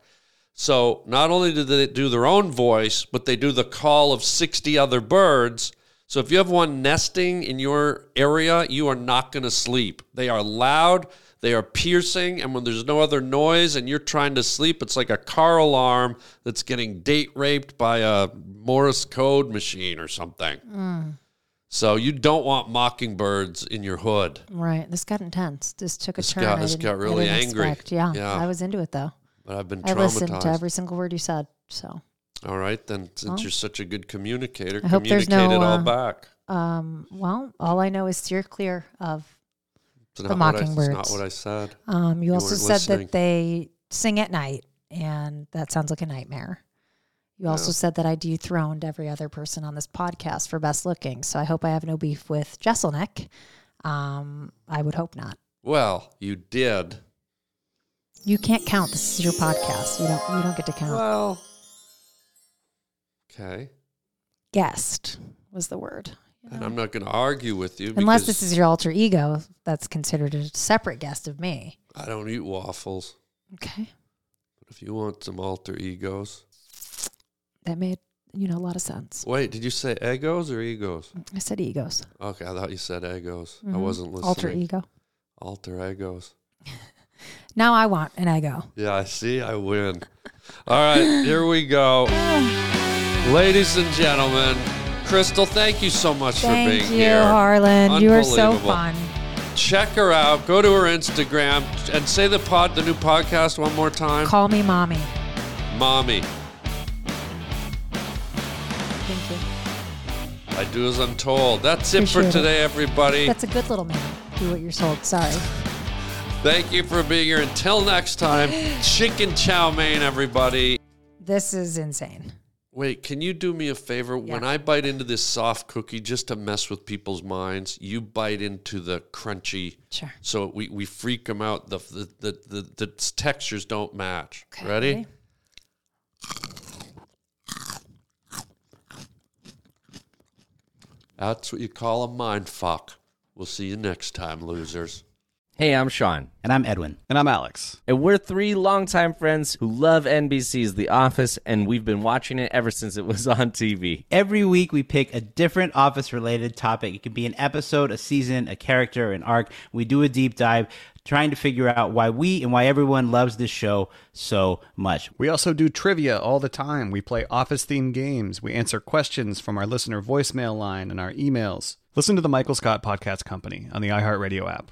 S1: so not only do they do their own voice but they do the call of 60 other birds so if you have one nesting in your area you are not going to sleep they are loud they are piercing, and when there's no other noise and you're trying to sleep, it's like a car alarm that's getting date raped by a Morse code machine or something.
S2: Mm.
S1: So you don't want mockingbirds in your hood.
S2: right. This got intense. This took a turn.
S1: got-
S2: I
S1: this
S2: didn't-
S1: got
S2: I
S1: really
S2: didn't
S1: angry.
S2: expect. Yeah,
S1: Yeah.
S2: I was into it though.
S1: But I've been
S2: I listened
S1: traumatized.
S2: to every single word you said. So
S1: all right, then since you're such a good communicator,
S2: I hope there's
S1: communicate
S2: no,
S1: it all
S2: uh,
S1: back.
S2: um, well, all I know is steer clear of.
S1: It's not what I- it's not
S2: mockingbirds.
S1: what I said.
S2: Um, you,
S1: You
S2: also
S1: weren't
S2: said
S1: listening.
S2: that they sing at night, and that sounds like a nightmare. You also said that I dethroned every other person on this podcast for best looking. So I hope I have no beef with Jesselnick. Um, I would hope not.
S1: Well, you did.
S2: You can't count. This is your podcast. You don't. You don't get to count.
S1: Well, okay.
S2: Guest was the word.
S1: And I'm not going to argue with you
S2: Unless
S1: because
S2: this is your alter ego, that's considered a separate guest of me.
S1: I don't eat waffles.
S2: Okay,
S1: But if you want some alter egos,
S2: that made you know a lot of sense.
S1: Wait, did you say egos or egos?
S2: I said egos,
S1: Okay, I thought you said egos. I wasn't listening.
S2: Mm-hmm. alter ego.
S1: Alter egos.
S2: Now I want an ego.
S1: Yeah, I see. I win. All right, here we go. Ladies and gentlemen, Crystal, thank you so much for
S2: Thank
S1: being
S2: you,
S1: here.
S2: Harlan. You are so
S1: Unbelievable.
S2: fun.
S1: Check her out. Go to her Instagram and say the pod, the new podcast, one more time.
S2: Call me mommy.
S1: Mommy,
S2: Thank you.
S1: I do as I'm told. That's it
S2: Appreciate
S1: for
S2: it.
S1: today, everybody.
S2: That's a good little man. Do what you're sold. Sorry.
S1: Thank you for being here. Until next time, chicken chow mein, everybody.
S2: This is insane.
S1: Wait, can you do me a favor? When
S2: Yeah.
S1: I bite into this soft cookie just to mess with people's minds, you bite into the crunchy.
S2: Sure.
S1: So we, we freak them out. The the, the, the the textures don't match.
S2: Okay.
S1: Ready? That's what you call a mind fuck. We'll see you next time, losers.
S5: Hey, I'm Sean.
S6: And I'm Edwin.
S7: And I'm Alex.
S5: And we're three longtime friends who love NBC's The Office, and we've been watching it ever since it was on TV.
S6: Every week we pick a different office related topic. It could be an episode, a season, a character, an arc. We do a deep dive trying to figure out why we and why everyone loves this show so much.
S7: We also do trivia all the time. We play office themed games. We answer questions from our listener voicemail line and our emails. Listen to the Michael Scott Podcast Company on the iHeartRadio app,